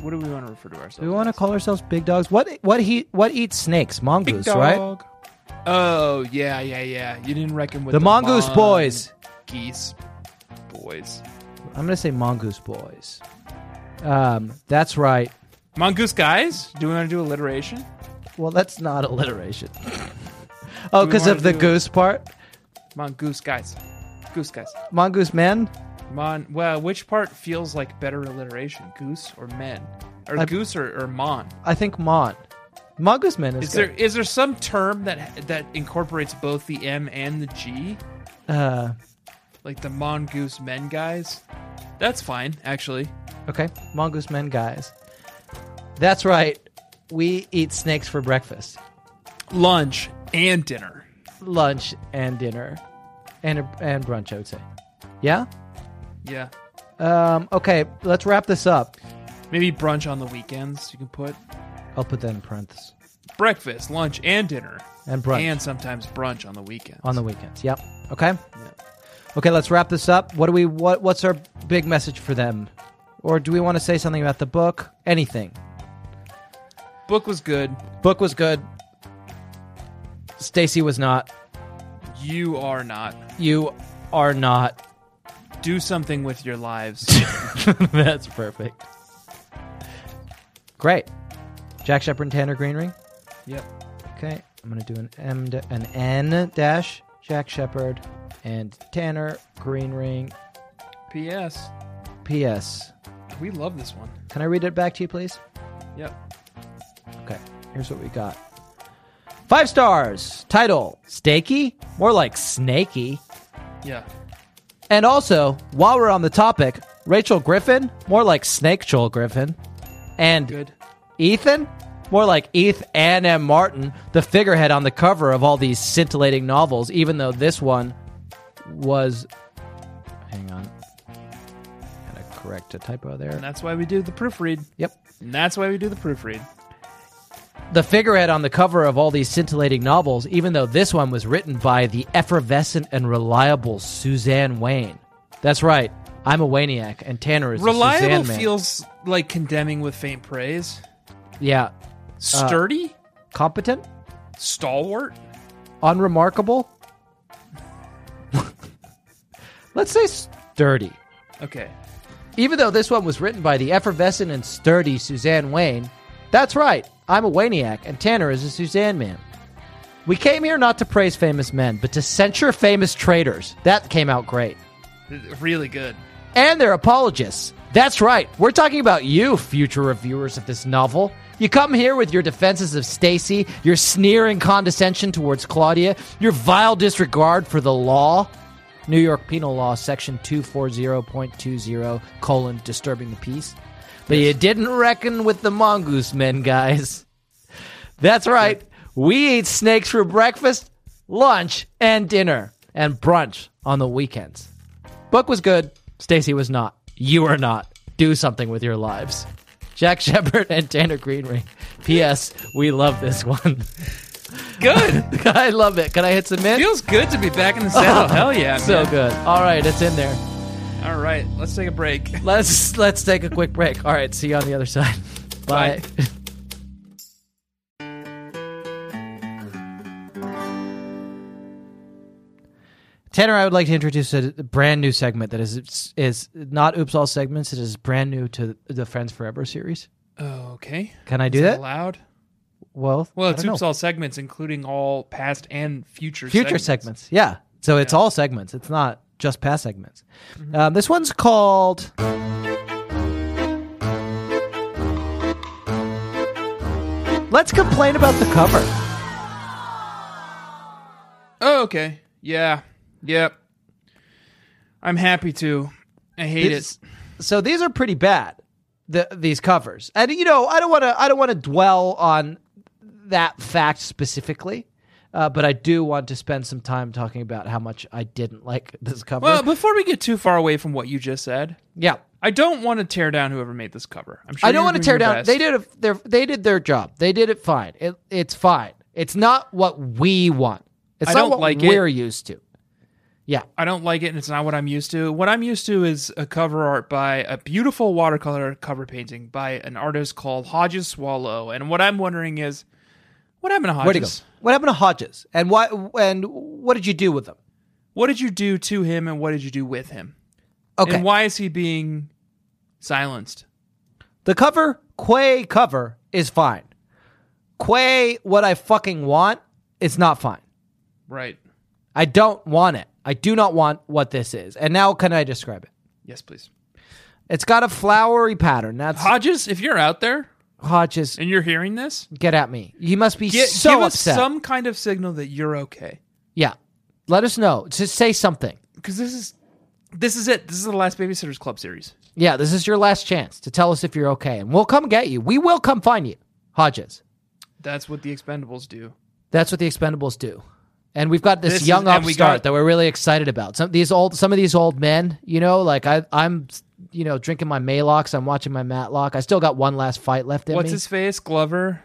Speaker 4: What do we want to refer to ourselves?
Speaker 3: Do we want to
Speaker 4: as?
Speaker 3: call ourselves big dogs? What what he what eats snakes?
Speaker 4: big
Speaker 3: Mongoose, right?
Speaker 4: dog. Oh yeah, yeah, yeah. You didn't reckon with
Speaker 3: The Mongoose Boys.
Speaker 4: Geese boys.
Speaker 3: I'm gonna say Mongoose Boys. Um, that's right.
Speaker 4: Mongoose guys. Do we want to do alliteration?
Speaker 3: Well, that's not alliteration. <laughs> oh,
Speaker 4: we
Speaker 3: because
Speaker 4: wanna
Speaker 3: of the
Speaker 4: do-
Speaker 3: goose part.
Speaker 4: Mongoose guys. Goose guys.
Speaker 3: Mongoose men.
Speaker 4: Mon. Well, which part feels like better alliteration? Goose or men? Or
Speaker 3: I-
Speaker 4: goose or, or mon?
Speaker 3: I think mon. Mongoose men is,
Speaker 4: Is there is there some term that that incorporates both the M and the G?
Speaker 3: good. Uh,
Speaker 4: like the mongoose men guys. That's fine, actually.
Speaker 3: Okay, mongoose men guys. That's right. We eat snakes for breakfast,
Speaker 4: Lunch and dinner.
Speaker 3: lunch, and dinner, and and brunch. I would say. Yeah.
Speaker 4: Yeah.
Speaker 3: Um, okay, let's wrap this up.
Speaker 4: Maybe brunch on the weekends. You can put
Speaker 3: I'll put that in parentheses.
Speaker 4: breakfast, lunch, and dinner,
Speaker 3: And brunch
Speaker 4: and sometimes brunch on the weekends.
Speaker 3: on the weekends. Yep. Okay. Okay, let's wrap this up. What do we? What What's our big message for them? Or do we want to say something about the book? Anything.
Speaker 4: book was good.
Speaker 3: Book was good. Stacy was not.
Speaker 4: You are not.
Speaker 3: You are not. <laughs>
Speaker 4: Do something with your lives.
Speaker 3: That's perfect. Great. Jack Shepard and Tanner Greenring.
Speaker 4: yep.
Speaker 3: Okay, I'm gonna do an M, da- an N dash Jack Shepard and Tanner Greenring.
Speaker 4: P.S.
Speaker 3: P.S.
Speaker 4: We love this one.
Speaker 3: Can I read it back to you, please?
Speaker 4: Yep.
Speaker 3: Okay, here's what we got. Five stars. Title: Stakey, more like Snaky.
Speaker 4: Yeah.
Speaker 3: And also, while we're on the topic, Rachel Griffin, more like Snake Joel Griffin, and
Speaker 4: Good.
Speaker 3: Ethan, more like Eth and M. Martin, the figurehead on the cover of all these scintillating novels, even though this one was. Hang on. Gotta correct a typo there.
Speaker 4: And that's why we do the proofread.
Speaker 3: Yep.
Speaker 4: And that's why we do the proofread.
Speaker 3: The figurehead on the cover of all these scintillating novels, even though this one was written by the effervescent and reliable Suzanne Wayne. That's right. I'm a Waniac, and Tanner is a
Speaker 4: Reliable
Speaker 3: Suzanne man.
Speaker 4: feels like condemning with faint praise.
Speaker 3: yeah,
Speaker 4: Sturdy,
Speaker 3: competent,
Speaker 4: stalwart.
Speaker 3: unremarkable. <laughs> Let's say sturdy.
Speaker 4: Okay.
Speaker 3: Even though this one was written by the effervescent and sturdy Suzanne Wayne, that's right, I'm a Waniac, and Tanner is a Suzanne man. We came here not to praise famous men, but to censure famous traitors. That came out great.
Speaker 4: Really good.
Speaker 3: And their apologists. That's right, we're talking about you, future reviewers of this novel. You come here with your defenses of Stacy, your sneering condescension towards Claudia, your vile disregard for the law. New York Penal Law, Section 240.20, colon, disturbing the peace. But you didn't reckon with the mongoose men, guys. That's right. We eat snakes for breakfast, lunch, and dinner, and brunch on the weekends. Book was good. Stacy was not. You are not. Do something with your lives. Jack <laughs> Shepard and Tanner Greenring. P.S. We love this one. <laughs>
Speaker 4: Good.
Speaker 3: I love it. Can I hit submit?
Speaker 4: Feels good to be back in the saddle. Hell yeah.
Speaker 3: so good. All right, it's in there.
Speaker 4: man. All right. Let's take a break.
Speaker 3: Let's let's take a quick break. All right, see you on the other
Speaker 4: <laughs>
Speaker 3: side. Bye. Tanner, I would like to introduce a brand new segment that is is not Oops All Segments. It is brand new to the Friends Forever series.
Speaker 4: Okay.
Speaker 3: Can I do
Speaker 4: Is it
Speaker 3: that?
Speaker 4: Allowed?
Speaker 3: Well,
Speaker 4: Well,
Speaker 3: I
Speaker 4: it's
Speaker 3: don't
Speaker 4: oops
Speaker 3: know.
Speaker 4: all segments, including all past and future
Speaker 3: future segments. Yeah, so it's all segments. It's not just past segments. Um, this one's called. Let's complain about the cover.
Speaker 4: Oh, okay. Yeah. Yep. I'm happy to. I hate
Speaker 3: This- So these are pretty bad. The, these covers, and you know, I don't want to. I don't want to dwell on that fact specifically, uh, but I do want to spend some time talking about how much I didn't like this cover.
Speaker 4: it. Well, before we get too far away from what you just said,
Speaker 3: yeah,
Speaker 4: I don't want to tear down whoever made this cover. I'm sure
Speaker 3: I don't
Speaker 4: you're
Speaker 3: want to
Speaker 4: doing
Speaker 3: tear
Speaker 4: your
Speaker 3: down.
Speaker 4: best.
Speaker 3: They did a, their they did their job. They did it fine. It, it's fine. It's not what we want. It's
Speaker 4: I
Speaker 3: not
Speaker 4: don't
Speaker 3: what
Speaker 4: like it.
Speaker 3: we're used to. Yeah,
Speaker 4: I don't like it, and it's not what I'm used to. What I'm used to is a cover art by a beautiful watercolor cover painting by an artist called Hodges Swallow. And what I'm wondering is, what happened to Hodges?
Speaker 3: where'd he go? What happened to Hodges? And why? And what did you do with them?
Speaker 4: What did you do to him, and what did you do with him?
Speaker 3: Okay,
Speaker 4: And why is he being silenced?
Speaker 3: The cover, Quay cover, is fine. Quay, what I fucking want, it's not fine.
Speaker 4: Right.
Speaker 3: I don't want it. I do not want what this is. And now, can I describe it?
Speaker 4: Yes, please.
Speaker 3: It's got a flowery pattern. That's
Speaker 4: Hodges, if you're out there
Speaker 3: Hodges.
Speaker 4: and you're hearing this,
Speaker 3: Get at me. He must be
Speaker 4: get,
Speaker 3: so
Speaker 4: give
Speaker 3: upset.
Speaker 4: us some kind of signal that you're okay.
Speaker 3: yeah. Let us know. Just say something.
Speaker 4: Because this is This is it. This is the last Babysitters Club series.
Speaker 5: Yeah, this is your last chance to tell us if you're okay, and we'll come get you. We will come find you, Hodges.
Speaker 4: That's what the Expendables do.
Speaker 5: That's what the Expendables do. And we've got this,
Speaker 4: This is-
Speaker 5: young
Speaker 4: and we
Speaker 5: upstart
Speaker 4: got-
Speaker 5: that we're really excited about. Some these old, some of these old men, you know, like I, I'm, you know, drinking my Maylocks. I'm watching my Matlock. I still got one last fight left in
Speaker 4: What's
Speaker 5: me.
Speaker 4: his face? Glover.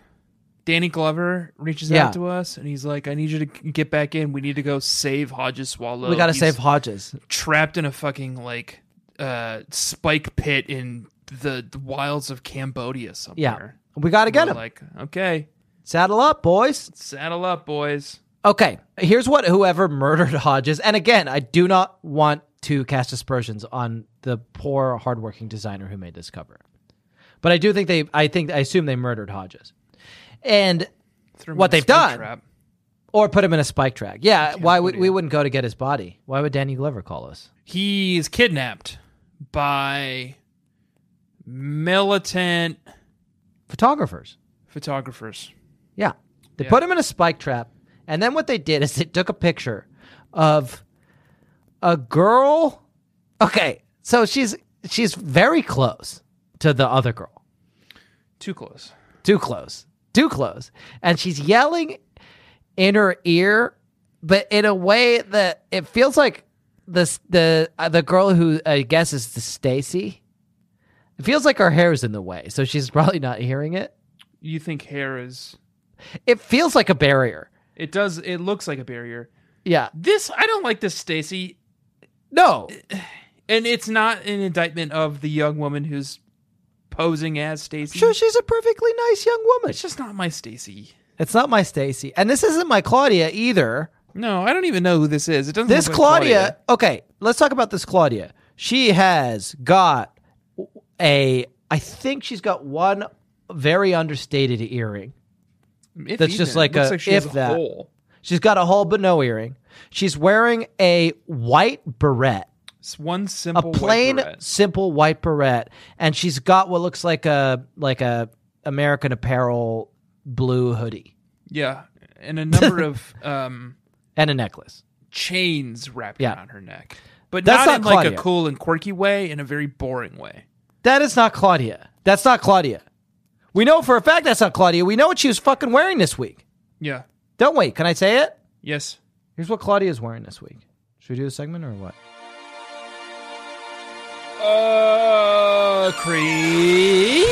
Speaker 4: Danny Glover reaches
Speaker 3: Yeah.
Speaker 4: out to us and he's like, "I need you to get back in. We need to go save Hodges Swallow.
Speaker 3: we got to
Speaker 4: He's
Speaker 3: save Hodges.
Speaker 4: trapped in a fucking like uh spike pit in the, the wilds of Cambodia
Speaker 3: Yeah,
Speaker 4: somewhere.
Speaker 3: we got to get
Speaker 4: We're
Speaker 3: him.
Speaker 4: Like, okay,
Speaker 3: Saddle up, boys.
Speaker 4: saddle up, boys.
Speaker 3: Okay, here's what whoever murdered Hodges, and again, I do not want to cast aspersions on the poor, hardworking designer who made this cover, but I do think they, I think, I assume they murdered Hodges, and
Speaker 4: Threw him
Speaker 3: What
Speaker 4: in a
Speaker 3: they've
Speaker 4: spike
Speaker 3: done. or put him in a spike track. Yeah, why would we wouldn't go to get his body? Why would Danny Glover call us?
Speaker 4: He is kidnapped by militant
Speaker 3: Photographers.
Speaker 4: photographers.
Speaker 3: Yeah. They put him in a spike trap. And then what they did is they took a picture of a girl. Okay. So she's she's very close to the other girl.
Speaker 4: Too close.
Speaker 3: Too close. Too close. And she's yelling in her ear, but in a way that it feels like the the uh, the girl who I guess is the Stacy. It feels like her hair is in the way, so she's <laughs> probably not hearing it.
Speaker 4: You think hair is?
Speaker 3: It feels like a barrier.
Speaker 4: It does. It looks like a barrier.
Speaker 3: Yeah.
Speaker 4: This I don't like this, Stacy.
Speaker 3: No.
Speaker 4: And it's not an indictment of the young woman who's posing as Stacy.
Speaker 3: Sure, she's a perfectly nice young woman.
Speaker 4: It's just not my Stacy.
Speaker 3: It's not my Stacy, and this isn't my Claudia either.
Speaker 4: No, I don't even know who this is. It doesn't.
Speaker 3: This
Speaker 4: look like
Speaker 3: Claudia, okay, let's talk about this Claudia. She has got a, I think she's got one very understated earring.
Speaker 4: Claudia. If
Speaker 3: that's just
Speaker 4: even.
Speaker 3: like
Speaker 4: Looks
Speaker 3: a
Speaker 4: she has
Speaker 3: if
Speaker 4: a
Speaker 3: that.
Speaker 4: hole.
Speaker 3: She's got a hole but no earring. She's wearing a white beret,
Speaker 4: It's one
Speaker 3: a
Speaker 4: simple white
Speaker 3: plain,
Speaker 4: beret.
Speaker 3: simple white beret, and she's got what looks like a like a American Apparel blue hoodie
Speaker 4: Yeah, and a number of um,
Speaker 3: and a necklace.
Speaker 4: chains wrapped
Speaker 3: Yeah.
Speaker 4: around her neck, but
Speaker 3: That's
Speaker 4: not, in
Speaker 3: not
Speaker 4: like a
Speaker 3: Claudia.
Speaker 4: cool and quirky way, in a very boring way.
Speaker 3: That is not Claudia. That's not Claudia. We know for a fact that's not Claudia. We know what she was fucking wearing this week.
Speaker 4: Yeah.
Speaker 3: Don't wait. Can I say it?
Speaker 4: Yes.
Speaker 3: Here's what Claudia is wearing this week. Should we do a segment or what?
Speaker 4: Uh, Creek.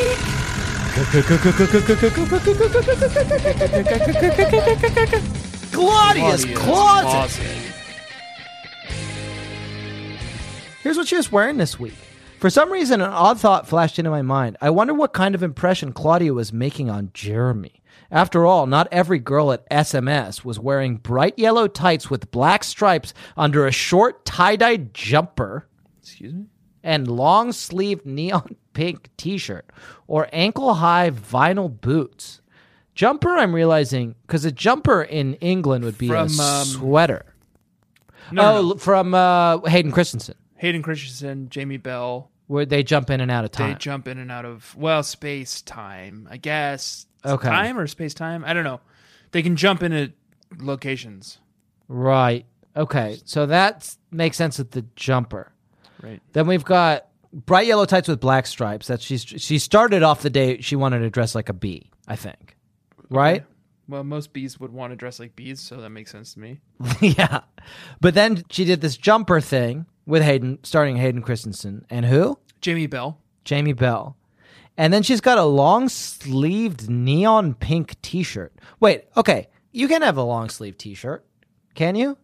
Speaker 3: Claudia's closet. Here's what she was wearing this week. For some reason, an odd thought flashed into my mind. I wonder what kind of impression Claudia was making on Jeremy. After all, not every girl at SMS was wearing bright yellow tights with black stripes under a short tie dye jumper.
Speaker 4: Excuse me.
Speaker 3: and long sleeved neon <laughs> pink t shirt or ankle high vinyl boots. Jumper, I'm realizing, because a jumper in England would be
Speaker 4: From,
Speaker 3: a
Speaker 4: um,
Speaker 3: sweater.
Speaker 4: No,
Speaker 3: oh,
Speaker 4: no, no.
Speaker 3: l- from uh, Hayden Christensen,
Speaker 4: Hayden Christensen, Jamie Bell.
Speaker 3: where they jump in and out of
Speaker 4: They
Speaker 3: time.
Speaker 4: jump in and out of well, space time, I guess.
Speaker 3: Okay.
Speaker 4: Time or space time? I don't know. They can jump into locations.
Speaker 3: right. Okay. So that makes sense with the jumper.
Speaker 4: Right.
Speaker 3: Then we've got bright yellow tights with black stripes. That she's she started off the day she wanted to dress like a bee, I think. Right?
Speaker 4: Well, most bees would want to dress like bees, so that makes sense to me.
Speaker 3: <laughs> yeah. But then she did this jumper thing with Hayden, starting Hayden Christensen. And who?
Speaker 4: Jamie Bell.
Speaker 3: Jamie Bell. And then she's got a long sleeved neon pink t shirt. Wait, okay. You can have a long sleeve t shirt, can you?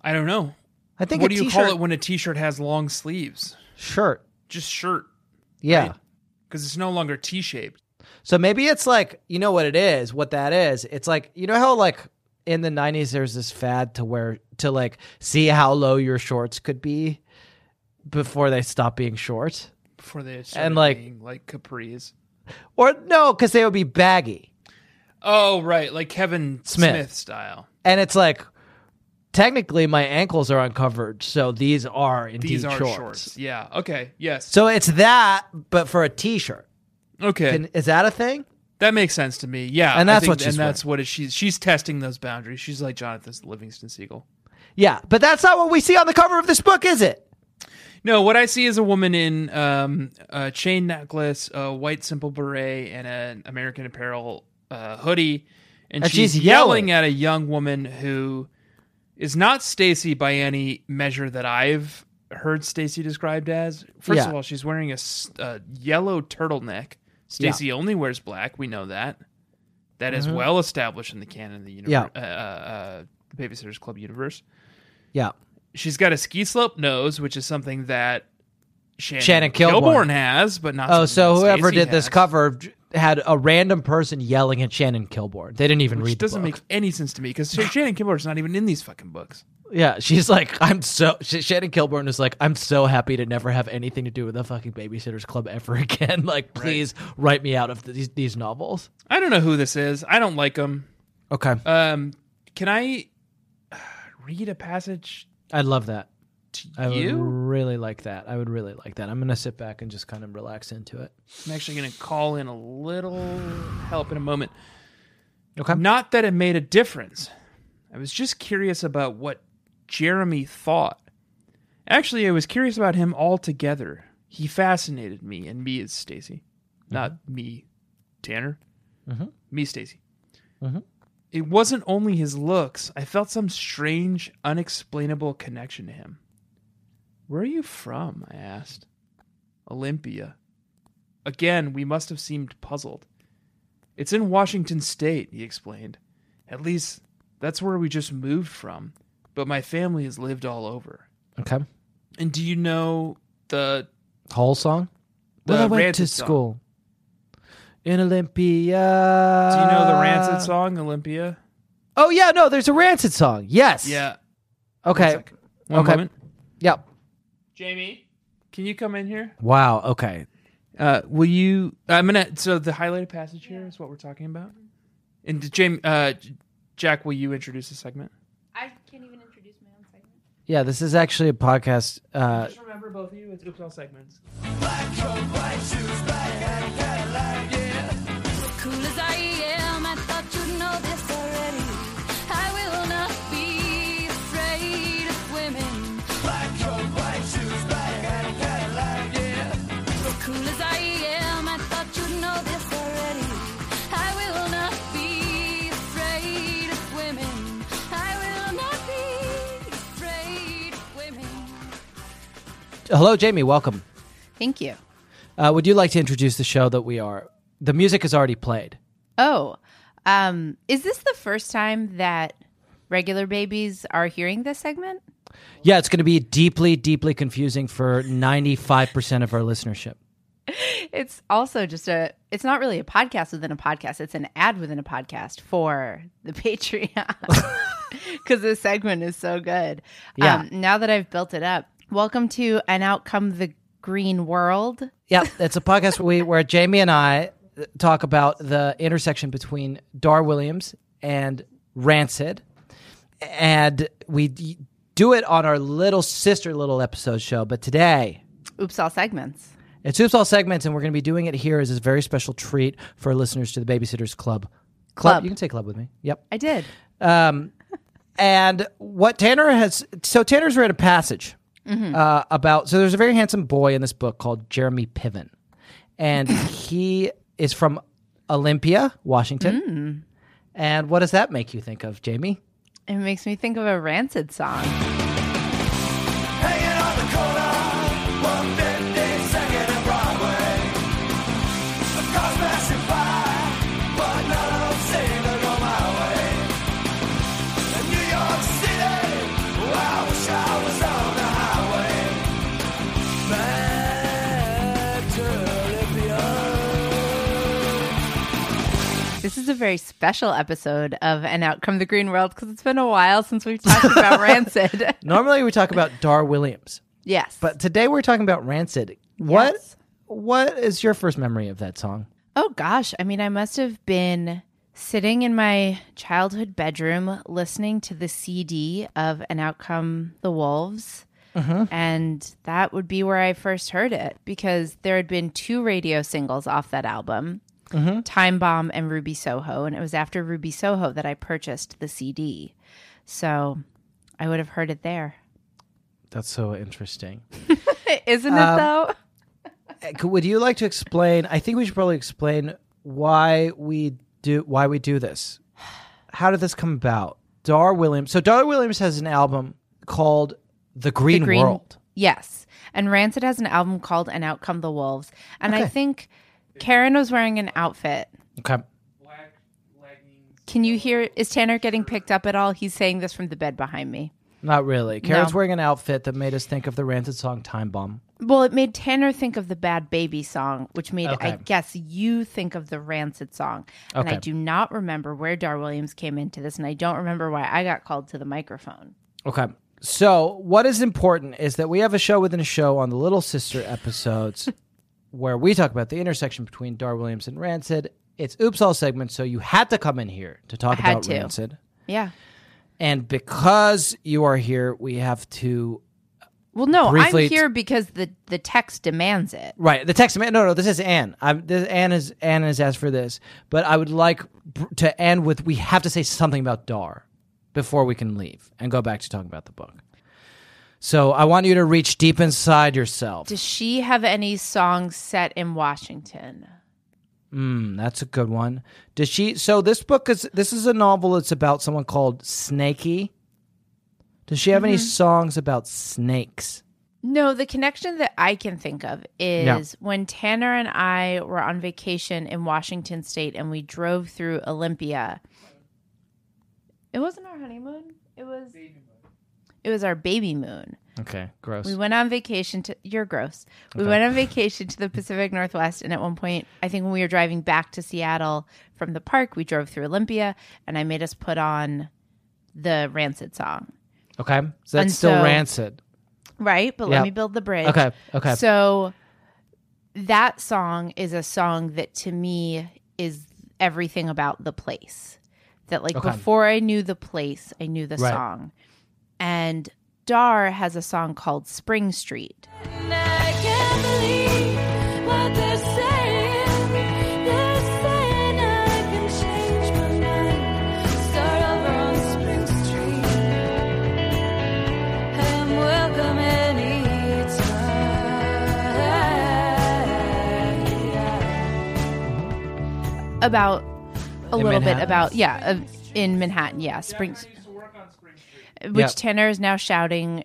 Speaker 4: I don't know.
Speaker 3: I think
Speaker 4: What
Speaker 3: a
Speaker 4: do you call
Speaker 3: t-shirt-
Speaker 4: it when a t-shirt has long sleeves?
Speaker 3: shirt.
Speaker 4: Just shirt,
Speaker 3: Yeah.
Speaker 4: Right. because it's no longer T-shaped.
Speaker 3: So maybe it's like, you know what it is, what that is. It's like, you know how like in the 90s there's this fad to wear to like see how low your shorts could be before they stop being short?
Speaker 4: Before they started
Speaker 3: And, like-
Speaker 4: being like capris.
Speaker 3: Or no, because they would be baggy.
Speaker 4: Oh right, like Kevin
Speaker 3: Smith.
Speaker 4: Smith, style.
Speaker 3: And it's like, technically, my ankles are uncovered, so these are indeed
Speaker 4: These are
Speaker 3: shorts.
Speaker 4: shorts. Yeah. Okay. Yes.
Speaker 3: So it's that, but for a t-shirt.
Speaker 4: okay.
Speaker 3: Can, is that a thing?
Speaker 4: That makes sense to me. Yeah,
Speaker 3: And
Speaker 4: I
Speaker 3: that's what she's
Speaker 4: and that's what it, she's she's testing those boundaries. She's like Jonathan Livingston Seagull.
Speaker 3: Yeah, but that's not what we see on the cover of this book, is it?
Speaker 4: No, what I see is a woman in um, a chain necklace, a white simple beret, and an American Apparel uh, hoodie, and,
Speaker 3: And
Speaker 4: she's,
Speaker 3: she's
Speaker 4: yelling.
Speaker 3: yelling.
Speaker 4: at a young woman who is not Stacy by any measure that I've heard Stacy described as. First of
Speaker 3: Yeah.
Speaker 4: all, she's wearing a, s- a yellow turtleneck. Stacy only wears black. We know that. That is well established in the canon of the universe,
Speaker 3: Uh-huh. Yeah.
Speaker 4: uh, uh, uh, the Babysitters Club universe.
Speaker 3: Yeah.
Speaker 4: She's got a ski slope nose, which is something that Shannon,
Speaker 3: Shannon
Speaker 4: Kilborn
Speaker 3: Kilborn.
Speaker 4: has, but not.
Speaker 3: Oh,
Speaker 4: something
Speaker 3: so
Speaker 4: that
Speaker 3: whoever
Speaker 4: Stacey
Speaker 3: did this
Speaker 4: has,
Speaker 3: cover j- had a random person yelling at Shannon Kilborn. They didn't even
Speaker 4: which
Speaker 3: read the
Speaker 4: doesn't
Speaker 3: book.
Speaker 4: make any sense to me
Speaker 3: <laughs>
Speaker 4: because Shannon Kilborn's not even in these fucking books.
Speaker 6: Yeah, she's like, I'm so. Sh- Shannon Kilburn is like, I'm so happy to never have anything to do with the fucking Babysitters Club
Speaker 3: <laughs>
Speaker 6: ever again. Like, please write me out of th- these these novels.
Speaker 4: I don't know who this is. I don't like him.
Speaker 3: okay.
Speaker 4: Um, can I uh, read a passage
Speaker 6: I love that.
Speaker 4: to
Speaker 6: I
Speaker 4: you?
Speaker 6: would really like that. I would really like that. I'm gonna sit back and just kind of relax into it.
Speaker 4: I'm actually going to call in a little help in a moment.
Speaker 3: Okay.
Speaker 4: Not that it made a difference. I was just curious about what Jeremy thought. Actually, I was curious about him altogether. He fascinated me, and me is Stacy, not me, Tanner. Me, Stacy. It wasn't only his looks. I felt some strange, unexplainable connection to him. Where are you from? I asked. Olympia. Again, we must have seemed puzzled. It's in Washington State, he explained. At least that's where we just moved from, but my family has lived all over.
Speaker 3: Okay.
Speaker 4: And do you know the
Speaker 3: Whole song.
Speaker 4: the
Speaker 3: well, I went to
Speaker 4: Rancid song?
Speaker 3: school in
Speaker 4: Do
Speaker 3: Olympia.
Speaker 4: you know the Rancid song, Olympia?
Speaker 3: Oh yeah, no, there's a Rancid song. Yes.
Speaker 4: Yeah.
Speaker 3: Okay.
Speaker 4: One sec. One
Speaker 3: Okay.
Speaker 4: moment.
Speaker 3: Yep.
Speaker 4: Jamie, can you come in here?
Speaker 6: Wow. Okay.
Speaker 4: Uh, will you? I'm gonna. So the highlighted passage here is what we're talking about. And Jamie, uh, J- Jack, will you introduce the segment?
Speaker 7: I can't even introduce my own segment.
Speaker 3: Yeah, this is actually a podcast. Uh,
Speaker 4: Just remember, both of you, it's oops all segments.
Speaker 7: Cool as I am, I thought you'd know this already. I will not be afraid of women. Black coat, white shoes, black hat, Cadillac, yeah. Cool as I am, I thought you'd know this already. I will not be afraid of women. I will not be afraid of women.
Speaker 3: hello, Jamie. Welcome.
Speaker 7: Thank you.
Speaker 3: Uh, would you like to introduce the show that we are? The music is already played.
Speaker 7: Oh, um, is this the first time that regular babies are hearing this segment? <laughs>
Speaker 3: Yeah, it's going to be deeply, deeply confusing for 95% of our listenership.
Speaker 7: It's also just a, it's not really a podcast within a podcast. It's an ad within a podcast for the <laughs> Patreon <laughs> because this segment is so good. Um,
Speaker 3: Yeah.
Speaker 7: now that I've built it up, welcome to An Outcome the Green World.
Speaker 3: Yeah, it's a podcast where, we, where Jamie and I uh, talk about the intersection between Dar Williams and Rancid. And we d- do it on our little sister little episode show. But today,
Speaker 7: Oops, all segments.
Speaker 3: it's Oops All Segments, and we're going to be doing it here as a very special treat for listeners to the Babysitters Club. Club.
Speaker 7: Club.
Speaker 3: You can say club with me. Yep.
Speaker 7: I did.
Speaker 3: Um, and what Tanner has, so Tanner's read a passage uh, about, so there's a very handsome boy in this book called Jeremy Piven, and he is from Olympia, Washington. And what does that make you think of, Jamie?
Speaker 7: It makes me think of a rancid song.
Speaker 8: Hanging on the corner, 152nd and Broadway. Of cars passing by, but none of them seem to go my way. In New York City, I wish I was on the highway. Back to Olympia.
Speaker 7: This is a very special episode of An Outcome the Green World because it's been a while since we've talked about Rancid.
Speaker 3: Normally we talk about Dar Williams,
Speaker 7: Yes.
Speaker 3: but today we're talking about Rancid. What
Speaker 7: Yes.
Speaker 3: What is your first memory of that song?
Speaker 7: Oh gosh, I mean I must have been sitting in my childhood bedroom listening to the CD of An Outcome the Wolves. And that would be where I first heard it because there had been two radio singles off that album, Time Bomb and Ruby Soho, and it was after Ruby Soho that I purchased the CD. So I would have heard it there.
Speaker 9: That's so interesting.
Speaker 7: <laughs> Isn't
Speaker 3: Um,
Speaker 7: it though?
Speaker 3: Uh, could- Would you like to explain? I think we should probably explain why we do why we do this. How did this come about? Dar Williams. So Dar Williams has an album called The Green, World.
Speaker 7: Yes. And Rancid has an album called And Out Come the Wolves. And I think Karen was wearing an outfit.
Speaker 3: Okay.
Speaker 7: Can you hear? Is Tanner getting picked up at all? He's saying this from the bed behind me.
Speaker 3: Not really. Karen's
Speaker 7: No.
Speaker 3: wearing an outfit that made us think of the Rancid song Time Bomb.
Speaker 7: Well, it made Tanner think of the Bad Baby song, which made, I
Speaker 3: Okay.
Speaker 7: guess, you think of the Rancid song. And I
Speaker 3: Okay.
Speaker 7: do not remember where Dar Williams came into this, and I don't remember why I got called to the microphone.
Speaker 3: Okay. So, what is important is that we have a show within a show on the Little Sister episodes where we talk about the intersection between Dar Williams and Rancid. It's Oops All segment, so you had to come in here to talk
Speaker 7: I had
Speaker 3: about
Speaker 7: to.
Speaker 3: Rancid.
Speaker 7: Yeah.
Speaker 3: And because you are here, we have to.
Speaker 7: Well, no,
Speaker 3: Briefly
Speaker 7: I'm
Speaker 3: t-
Speaker 7: here because the, the text demands it.
Speaker 3: Right, the text man. No, no, this is Anne. I'm, this, Anne is Anne has asked for this, but I would like br- to end with we have to say something about Dar before we can leave and go back to talking about the book. So I want you to reach deep inside yourself.
Speaker 7: Does she have any songs set in Washington?
Speaker 3: Mm, that's a good one. Does she? So this book is this is a novel. It's about someone called Snaky. Does she have any
Speaker 7: Mm-hmm.
Speaker 3: songs about snakes?
Speaker 7: No, the connection that I can think of is when Tanner and I were on vacation in Washington State and we drove through Olympia. It wasn't our honeymoon. It was it was our baby moon.
Speaker 3: Okay, gross.
Speaker 7: We went on vacation to you're gross. We went on vacation to the Pacific Northwest and at one point, I think when we were driving back to Seattle from the park, we drove through Olympia and I made us put on the Rancid song.
Speaker 3: okay, so that's
Speaker 7: And
Speaker 3: still
Speaker 7: so-
Speaker 3: rancid.
Speaker 7: Right? But
Speaker 3: Yeah.
Speaker 7: let me build the bridge.
Speaker 3: Okay, okay.
Speaker 7: So that song is a song that to me is everything about the place. That like
Speaker 3: Okay.
Speaker 7: before I knew the place, I knew the
Speaker 3: Right.
Speaker 7: song. And Dar has a song called Spring Street.
Speaker 10: I can't believe what they're saying. They're saying I can change my mind. Start over on Spring Street and welcome any time.
Speaker 7: about a little
Speaker 3: Manhattan.
Speaker 7: bit about yeah of, in Manhattan yeah Spring, which
Speaker 3: Yeah.
Speaker 7: Tanner is now shouting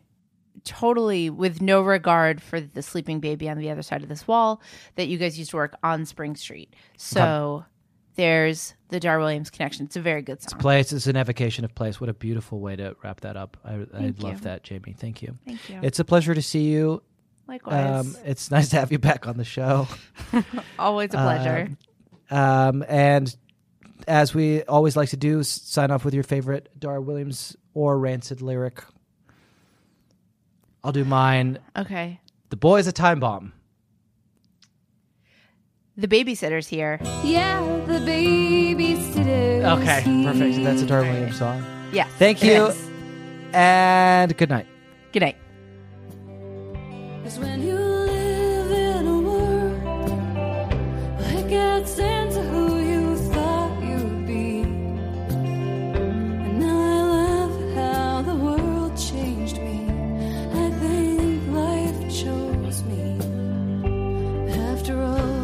Speaker 7: totally with no regard for the sleeping baby on the other side of this wall that you guys used to work on Spring Street so there's the Dar Williams connection it's a very good song
Speaker 3: Place is an evocation of place. What a beautiful way to wrap that up. I, I love that, Jamie. Thank you.
Speaker 7: Thank you.
Speaker 3: It's a pleasure to see you.
Speaker 7: likewise
Speaker 3: Um, it's nice to have you back on the show.
Speaker 7: always a pleasure
Speaker 3: Um, and as we always like to do, s- sign off with your favorite Dar Williams or Rancid lyric. I'll do mine.
Speaker 7: okay
Speaker 3: The boy's a time bomb.
Speaker 7: the babysitter's here
Speaker 10: Yeah, the babysitter.
Speaker 3: Okay, perfect. That's a Dar Williams song.
Speaker 7: yes
Speaker 3: Thank
Speaker 7: it
Speaker 3: you.
Speaker 7: is.
Speaker 3: And good night.
Speaker 7: good night
Speaker 10: Cause when you live in a world where it gets into who you thought you'd be, and I love how the world changed me. I think life chose me after all.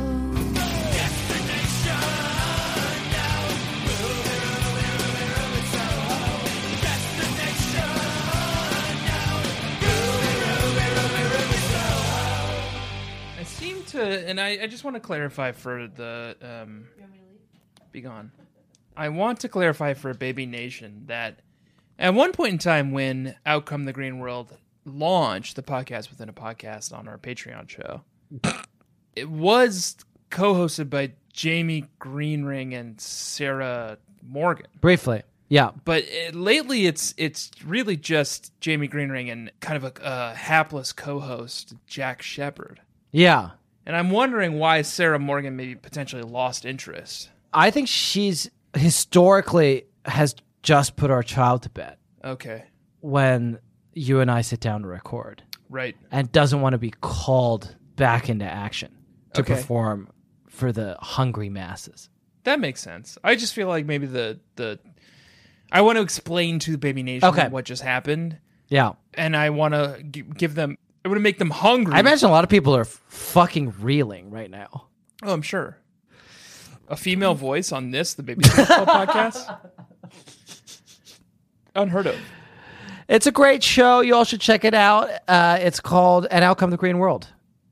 Speaker 4: I seem to, and I, I just want to clarify for the. Um, be gone. I want to clarify for Baby Nation that at one point in time when Outcome the Green World launched the podcast within a podcast on our Patreon show, it was co hosted by Jamie Greenring and Sarah Morgan
Speaker 3: Briefly. Yeah.
Speaker 4: but uh lately it's it's really just Jamie Greenring and kind of a, a hapless co-host Jack Shepard.
Speaker 3: Yeah.
Speaker 4: And I'm wondering why Sarah Morgan maybe potentially lost interest.
Speaker 3: I think she's historically has just put our child to bed
Speaker 4: Okay,
Speaker 3: when you and I sit down to record
Speaker 4: right.
Speaker 3: and doesn't want to be called back into action to
Speaker 4: Okay.
Speaker 3: perform for the hungry masses.
Speaker 4: That makes sense. I just feel like maybe the the I want to explain to Baby Nation
Speaker 3: Okay.
Speaker 4: what just happened,
Speaker 3: Yeah.
Speaker 4: and I want to g- give them. I want to make them hungry.
Speaker 3: I imagine a lot of people are f- fucking reeling right now.
Speaker 4: Oh, I'm sure. A female voice on this, the Baby Nation Club
Speaker 3: <laughs>
Speaker 4: podcast, unheard of.
Speaker 3: It's a great show. You all should check it out. Uh, it's called "And Out Come the Green World,"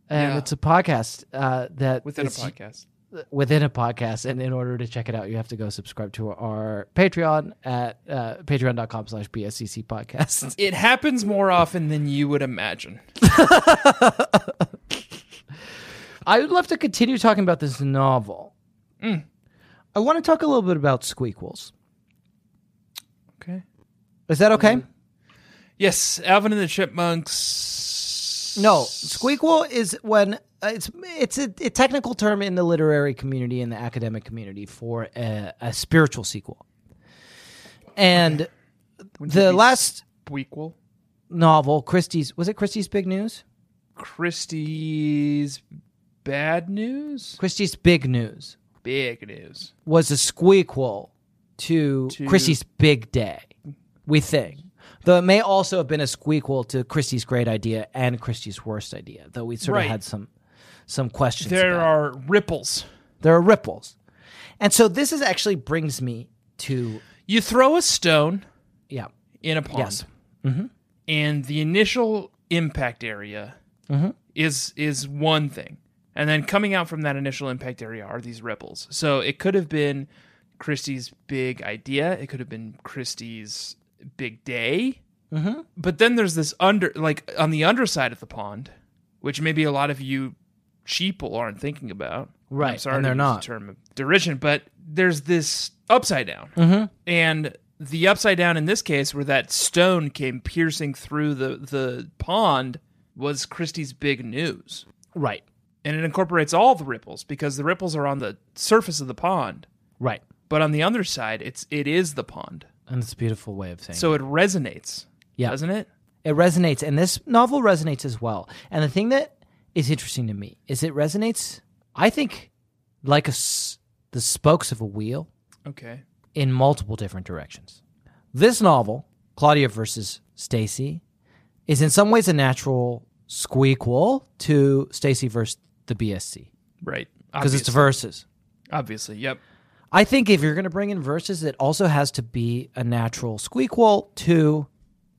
Speaker 3: and
Speaker 4: Yeah.
Speaker 3: it's a podcast uh, that
Speaker 4: Within
Speaker 3: is-
Speaker 4: a podcast,
Speaker 3: within a podcast. And in order to check it out, you have to go subscribe to our Patreon at uh, patreon.com/slash bscc podcast.
Speaker 4: it happens more often than you would imagine.
Speaker 3: I would love to continue talking about this novel. I want to talk a little bit about squeakquels.
Speaker 4: Okay.
Speaker 3: Is that okay?
Speaker 4: Yes, Alvin and the Chipmunks.
Speaker 3: No, squeakquel is when uh, it's it's a, a technical term in the literary community and the academic community for a, a spiritual sequel. And the last
Speaker 4: Squeakquel.
Speaker 3: novel, Christie's was it Christie's Big News?
Speaker 4: Christie's bad news.
Speaker 3: Christie's Big News
Speaker 4: Big news.
Speaker 3: was a squeakquel to,
Speaker 4: To-
Speaker 3: Christie's Big Day. We think. Though it may also have been a squeakquel to Christie's Great Idea and Christie's Worst Idea, though we sort
Speaker 4: Right.
Speaker 3: of had some some questions.
Speaker 4: There
Speaker 3: about it.
Speaker 4: are ripples.
Speaker 3: There are ripples. And so this is actually brings me to
Speaker 4: You throw a stone
Speaker 3: yeah.
Speaker 4: in a pond,
Speaker 3: Yes. Mm-hmm.
Speaker 4: and the initial impact area
Speaker 3: Mm-hmm.
Speaker 4: is is one thing, and then coming out from that initial impact area are these ripples. So it could have been Christie's big idea. It could have been Christie's big day. But then there's this under, like on the underside of the pond, which maybe a lot of you sheeple aren't thinking about.
Speaker 3: Right,
Speaker 4: I'm sorry,
Speaker 3: and
Speaker 4: to
Speaker 3: they're
Speaker 4: use
Speaker 3: not.
Speaker 4: The term of derision, but there's this upside down,
Speaker 3: Mm-hmm.
Speaker 4: and the upside down in this case, where that stone came piercing through the the pond, was Christie's big news,
Speaker 3: Right.
Speaker 4: and it incorporates all the ripples because the ripples are on the surface of the pond,
Speaker 3: Right.
Speaker 4: but on the underside, it's it is the pond,
Speaker 3: And it's a beautiful way of saying
Speaker 4: so it resonates,
Speaker 3: Yeah.
Speaker 4: doesn't it?
Speaker 3: it resonates and this novel resonates as well. And the thing that is interesting to me is it resonates I think like a s- the spokes of a wheel
Speaker 4: Okay.
Speaker 3: in multiple different directions. This novel, Claudia versus Stacy, is in some ways a natural squeakquel to Stacy versus the BSC
Speaker 4: Right.
Speaker 3: because it's
Speaker 4: Obviously.
Speaker 3: verses.
Speaker 4: obviously. Yep.
Speaker 3: I think if you're going to bring in verses, it also has to be a natural squeakquel to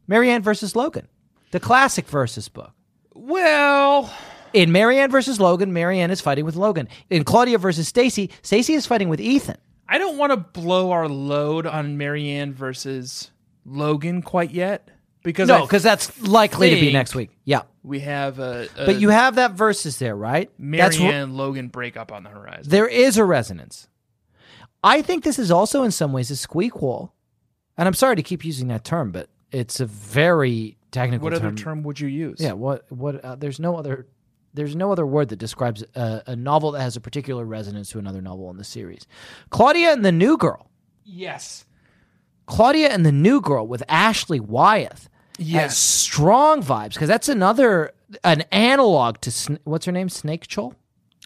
Speaker 3: Marianne versus Logan, the classic versus book.
Speaker 4: Well,
Speaker 3: In Marianne versus Logan, Marianne is fighting with Logan. In Claudia versus Stacy, Stacy is fighting with Ethan.
Speaker 4: I don't want to blow our load on Marianne versus Logan quite yet because I
Speaker 3: No,
Speaker 4: th-
Speaker 3: because that's likely to be
Speaker 4: think-
Speaker 3: next week. Yeah.
Speaker 4: we have a, a
Speaker 3: But you have that versus there, right? That's wh-
Speaker 4: Marianne Logan breakup on the horizon.
Speaker 3: there is a resonance. I think this is also in some ways a squeakquel. And I'm sorry to keep using that term, but it's a very technical
Speaker 4: What other
Speaker 3: term.
Speaker 4: term would you use?
Speaker 3: Yeah. What? What? Uh, there's no other. There's no other word that describes a, a novel that has a particular resonance to another novel in the series. Claudia and the New Girl.
Speaker 4: Yes.
Speaker 3: Claudia and the New Girl with Ashley Wyeth. has
Speaker 4: Yes.
Speaker 3: strong vibes because that's another an analog to Sn- what's her name Snake Chol.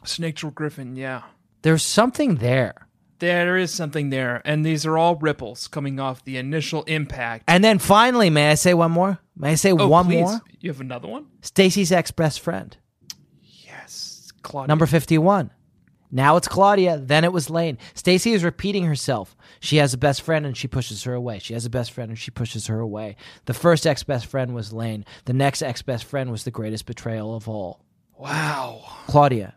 Speaker 4: Snake Troll Griffin. Yeah.
Speaker 3: There's something there,
Speaker 4: There is something there, and these are all ripples coming off the initial impact.
Speaker 3: and then finally, may I say one more? May I say
Speaker 4: Oh,
Speaker 3: one
Speaker 4: please.
Speaker 3: more?
Speaker 4: You have another one?
Speaker 3: Stacy's ex best friend.
Speaker 4: Yes. Claudia.
Speaker 3: Number 51. Now it's Claudia, then it was Lane. Stacy is repeating herself. She has a best friend and she pushes her away. She has a best friend and she pushes her away. The first ex best friend was Lane. The next ex best friend was the greatest betrayal of all
Speaker 4: Wow.
Speaker 3: Claudia.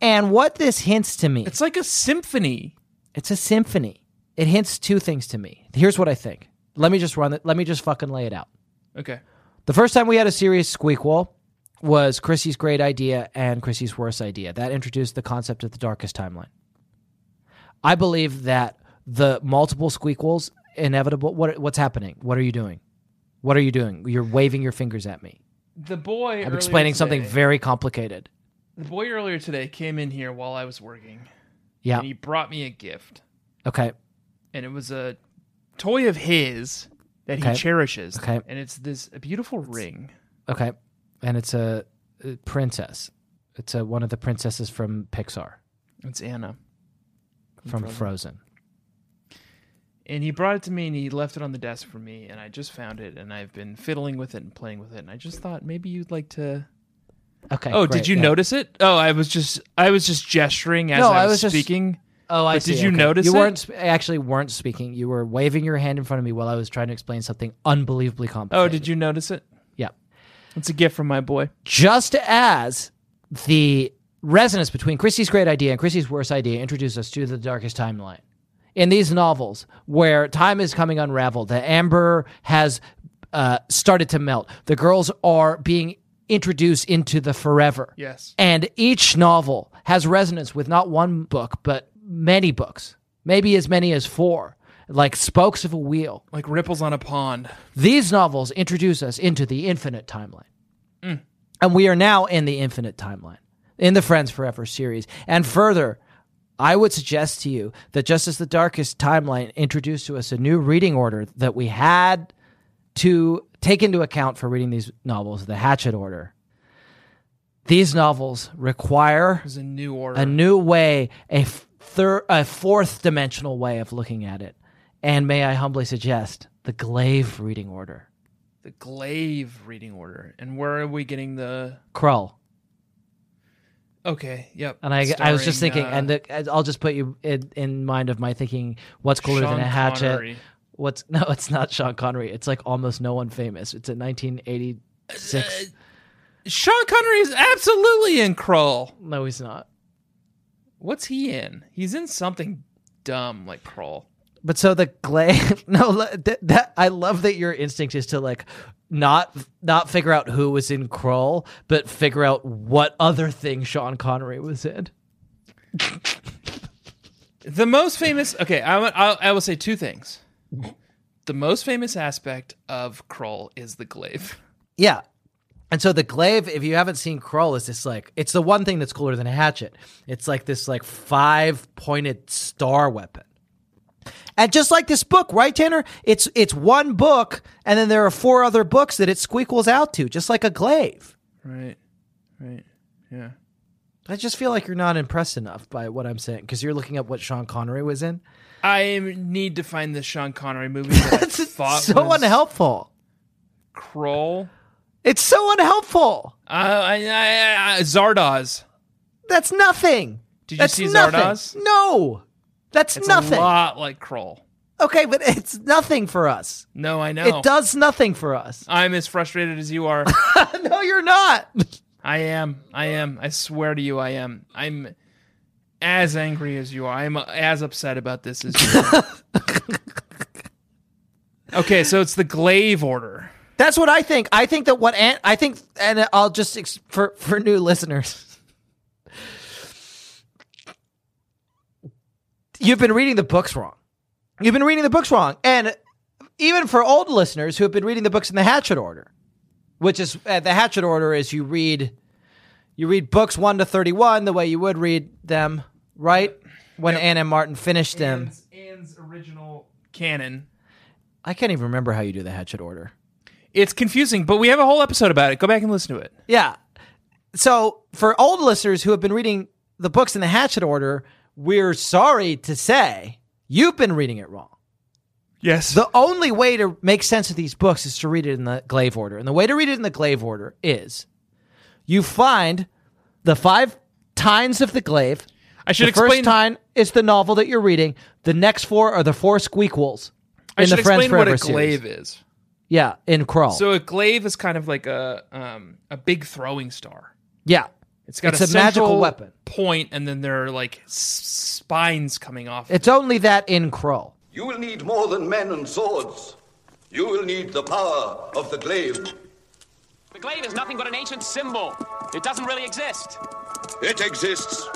Speaker 3: And what this hints to me,
Speaker 4: It's like a symphony.
Speaker 3: it's a symphony. It hints two things to me. Here's what I think. Let me just run it. Let me just fucking lay it out.
Speaker 4: Okay.
Speaker 3: The first time we had a serious squeakquel was Chrissy's great idea and Chrissy's worst idea. That introduced the concept of the darkest timeline. I believe that the multiple squeakquels inevitable. What what's happening? What are you doing? What are you doing? You're waving your fingers at me.
Speaker 4: The boy.
Speaker 3: I'm explaining something
Speaker 4: very.
Speaker 3: very complicated.
Speaker 4: The boy earlier today came in here while I was working,
Speaker 3: Yeah.
Speaker 4: and he brought me a gift,
Speaker 3: Okay.
Speaker 4: and it was a toy of his that he
Speaker 3: Okay.
Speaker 4: cherishes.
Speaker 3: Okay.
Speaker 4: and it's this beautiful ring.
Speaker 3: Okay. And it's a, a princess. It's a, one of the princesses from Pixar,
Speaker 4: It's Anna,
Speaker 3: from Frozen.
Speaker 4: And he brought it to me and he left it on the desk for me and I just found it and I've been fiddling with it and playing with it and I just thought maybe you'd like to
Speaker 3: Okay.
Speaker 4: Oh,
Speaker 3: great,
Speaker 4: did you
Speaker 3: yeah.
Speaker 4: notice it? Oh, I was just I was just gesturing as
Speaker 3: No,
Speaker 4: I
Speaker 3: I
Speaker 4: was,
Speaker 3: was just-
Speaker 4: speaking.
Speaker 3: Oh, I
Speaker 4: But
Speaker 3: see.
Speaker 4: did you
Speaker 3: okay.
Speaker 4: notice
Speaker 3: You
Speaker 4: it?
Speaker 3: weren't sp- actually weren't speaking. You were waving your hand in front of me while I was trying to explain something unbelievably
Speaker 4: Oh,
Speaker 3: complicated.
Speaker 4: did you notice it?
Speaker 3: Yeah.
Speaker 4: It's a gift from my boy.
Speaker 3: Just as the resonance between Christie's great idea and Christie's worst idea introduced us to the darkest timeline. In these novels, where time is coming unraveled, the amber has uh, started to melt. The girls are being introduced into the forever.
Speaker 4: Yes.
Speaker 3: And each novel has resonance with not one book, but many books, maybe as many as four, like spokes of a wheel.
Speaker 4: Like ripples on a pond.
Speaker 3: These novels introduce us into the infinite timeline. And we are now in the infinite timeline, in the Friends Forever series. And further, I would suggest to you that just as the darkest timeline introduced to us a new reading order that we had to take into account for reading these novels, the hatchet order, these novels require
Speaker 4: There's a new order.
Speaker 3: a new way, a f- thir- a fourth dimensional way of looking at it. And may I humbly suggest the glaive reading order.
Speaker 4: the glaive reading order. And where are we getting the
Speaker 3: Krull.
Speaker 4: Okay, yep.
Speaker 3: And I, I was just
Speaker 4: Starring,
Speaker 3: thinking,
Speaker 4: uh,
Speaker 3: and the, and I'll just put you in, in mind of my thinking. What's cooler
Speaker 4: Sean
Speaker 3: than a hatchet?
Speaker 4: Connery.
Speaker 3: What's <laughs> no? It's not Sean Connery. It's like almost no one famous. It's in
Speaker 4: Uh,
Speaker 3: 1986.
Speaker 4: Sean Connery is absolutely in Krull.
Speaker 3: no, he's not.
Speaker 4: What's he in? He's in something dumb like Krull.
Speaker 3: But so the glaive. <laughs> No, le- that, that I love that your instinct is to like not not figure out who was in Krull, but figure out what other thing Sean Connery was in.
Speaker 4: The
Speaker 3: <laughs>
Speaker 4: most famous. Okay, I, wa- I, I will say two things. The most famous aspect of Krull is
Speaker 3: <laughs>
Speaker 4: the glaive.
Speaker 3: Yeah. And so the glaive, if you haven't seen Krull, is this like it's the one thing that's cooler than a hatchet. It's like this like five pointed star weapon. And just like this book, right, Tanner? It's it's one book, and then there are four other books that it squeakles out to, just like a glaive.
Speaker 4: Right, right, yeah.
Speaker 3: I just feel like you're not impressed enough by what I'm saying because you're looking up what Sean Connery was in.
Speaker 4: I need to find the Sean
Speaker 3: <laughs>
Speaker 4: Connery movie. <laughs> That I thought
Speaker 3: so
Speaker 4: was
Speaker 3: unhelpful.
Speaker 4: Krull.
Speaker 3: It's so unhelpful.
Speaker 4: Uh, I, I, I, Zardoz.
Speaker 3: That's nothing.
Speaker 4: Did you
Speaker 3: That's
Speaker 4: see
Speaker 3: nothing.
Speaker 4: Zardoz?
Speaker 3: No, that's
Speaker 4: It's
Speaker 3: nothing.
Speaker 4: a lot like Krull.
Speaker 3: Okay, but it's nothing for us.
Speaker 4: No, I know.
Speaker 3: It does nothing for us.
Speaker 4: I'm as frustrated as you are.
Speaker 3: no, you're not. <laughs>
Speaker 4: I am. I am. I swear to you, I am. I'm as angry as you are. I'm as upset about this as you
Speaker 3: <laughs>
Speaker 4: are. okay, so it's the glaive order.
Speaker 3: That's what I think. I think that what Ant, I think, and I'll just ex- for for new listeners. You've been reading the books wrong. You've been reading the books wrong, and even for old listeners who have been reading the books in the Hatchet order, which is uh, the Hatchet order is you read, you read books one to thirty one the way you would read them, right? When Anne and Martin finished them,
Speaker 4: Anne's original canon.
Speaker 3: I can't even remember how you do the Hatchet order.
Speaker 4: It's confusing, but we have a whole episode about it. Go back and listen to it.
Speaker 3: Yeah. So for old listeners who have been reading the books in the Hatchet order, we're sorry to say you've been reading it wrong.
Speaker 4: Yes.
Speaker 3: The only way to make sense of these books is to read it in the glaive order. And the way to read it in the glaive order is you find the five tines of the glaive.
Speaker 4: I should
Speaker 3: the
Speaker 4: explain.
Speaker 3: first tine is the novel that you're reading. The next four are the four squeakquels
Speaker 4: I
Speaker 3: in
Speaker 4: should
Speaker 3: the Friends
Speaker 4: explain what
Speaker 3: Forever
Speaker 4: a
Speaker 3: series.
Speaker 4: glaive is.
Speaker 3: Yeah, in Crawl.
Speaker 4: So a glaive is kind of like a um, a big throwing star.
Speaker 3: yeah.
Speaker 4: It's got
Speaker 3: It's
Speaker 4: a,
Speaker 3: a magical
Speaker 4: central
Speaker 3: weapon.
Speaker 4: point, and then there are like s- spines coming off.
Speaker 3: It's only that in Crawl.
Speaker 11: You will need more than men and swords. You will need the power of the glaive.
Speaker 12: The glaive is nothing but an ancient symbol. It doesn't really exist.
Speaker 11: It exists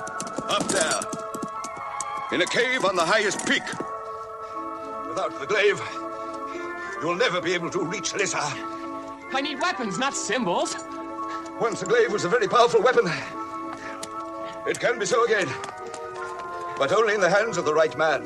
Speaker 11: up there, in a cave on the highest peak. Without the glaive, you'll never be able to reach Lissa.
Speaker 12: I need weapons, not symbols.
Speaker 11: Once the glaive was a very powerful weapon, it can be so again, but only in the hands of the right man.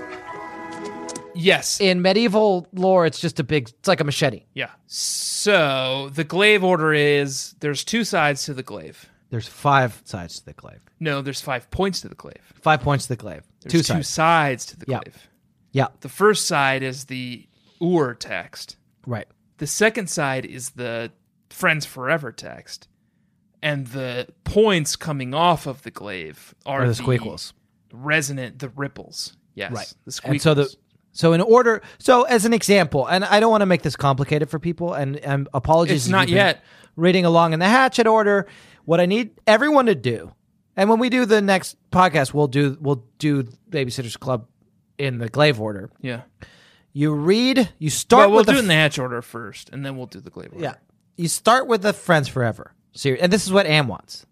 Speaker 4: yes.
Speaker 3: in medieval lore, it's just a big, it's like a machete.
Speaker 4: yeah. So the glaive order is there's two sides to the glaive.
Speaker 3: There's five sides to the glaive.
Speaker 4: No, there's five points to the glaive.
Speaker 3: Five points to the glaive.
Speaker 4: There's
Speaker 3: two
Speaker 4: two
Speaker 3: sides.
Speaker 4: sides to the
Speaker 3: Yeah.
Speaker 4: glaive.
Speaker 3: Yeah.
Speaker 4: The first side is the Ur text.
Speaker 3: Right.
Speaker 4: The second side is the Friends Forever text. And the points coming off of the glaive are
Speaker 3: Or the squeakles.
Speaker 4: resonant, the ripples. Yes.
Speaker 3: Right.
Speaker 4: The squeakles.
Speaker 3: And so the so in order so as an example, and I don't want to make this complicated for people, and, and apologies.
Speaker 4: It's
Speaker 3: if
Speaker 4: not
Speaker 3: you've been
Speaker 4: yet.
Speaker 3: reading along in the hatchet order. What I need everyone to do, and when we do the next podcast, we'll do we'll do Babysitters Club in the glaive order.
Speaker 4: yeah.
Speaker 3: You read. You start
Speaker 4: But we'll
Speaker 3: with
Speaker 4: do
Speaker 3: the
Speaker 4: it in the hatch order first, and then we'll do the glaive order.
Speaker 3: Yeah. You start with the Friends Forever series. And this is what Anne wants.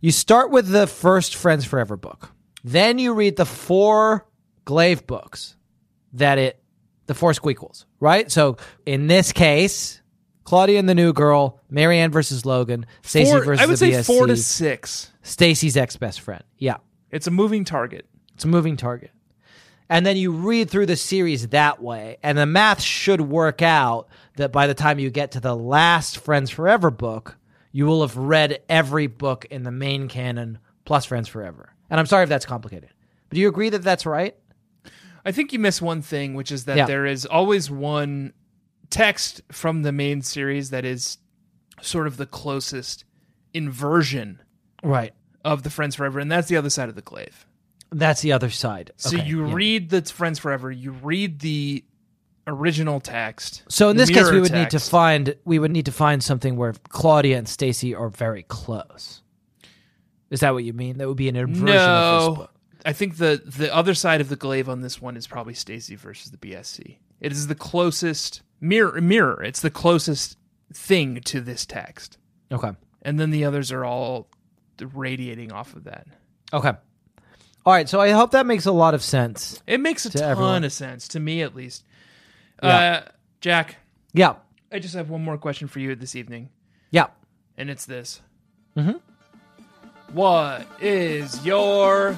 Speaker 3: You start with the first Friends Forever book. Then you read the four Glaive books that it, the four squeakles, right? So in this case, Claudia and the New Girl, Marianne versus Logan, Stacy
Speaker 4: Four-
Speaker 3: versus
Speaker 4: I would
Speaker 3: the
Speaker 4: say
Speaker 3: BSC,
Speaker 4: four to six.
Speaker 3: Stacy's ex best friend. Yeah.
Speaker 4: It's a moving target.
Speaker 3: It's a moving target. And then you read through the series that way. And the math should work out that by the time you get to the last Friends Forever book, you will have read every book in the main canon plus Friends Forever. And I'm sorry if that's complicated. But do you agree that that's right?
Speaker 4: I think you miss one thing, which is that
Speaker 3: Yeah.
Speaker 4: there is always one text from the main series that is sort of the closest inversion
Speaker 3: Right.
Speaker 4: of the Friends Forever, and that's the other side of the glaive.
Speaker 3: That's the other side.
Speaker 4: So
Speaker 3: Okay,
Speaker 4: you
Speaker 3: yeah.
Speaker 4: read the Friends Forever, you read the original text.
Speaker 3: So in
Speaker 4: the
Speaker 3: this case
Speaker 4: mirror
Speaker 3: we would need to
Speaker 4: text.
Speaker 3: find we would need to find something where Claudia and Stacy are very close. Is that what you mean? That would be an inversion of this
Speaker 4: no.
Speaker 3: book.
Speaker 4: I think the the other side of the glaive on this one is probably Stacy versus the BSC. It is the closest mirror mirror. It's the closest thing to this text.
Speaker 3: Okay.
Speaker 4: and then the others are all radiating off of that.
Speaker 3: Okay. All right. So I hope that makes a lot of sense.
Speaker 4: It makes a
Speaker 3: To
Speaker 4: ton
Speaker 3: everyone.
Speaker 4: of sense to me, at least.
Speaker 3: Yeah.
Speaker 4: Uh, Jack,
Speaker 3: Yeah.
Speaker 4: I just have one more question for you this evening,
Speaker 3: Yeah.
Speaker 4: and it's this: mm-hmm. What is your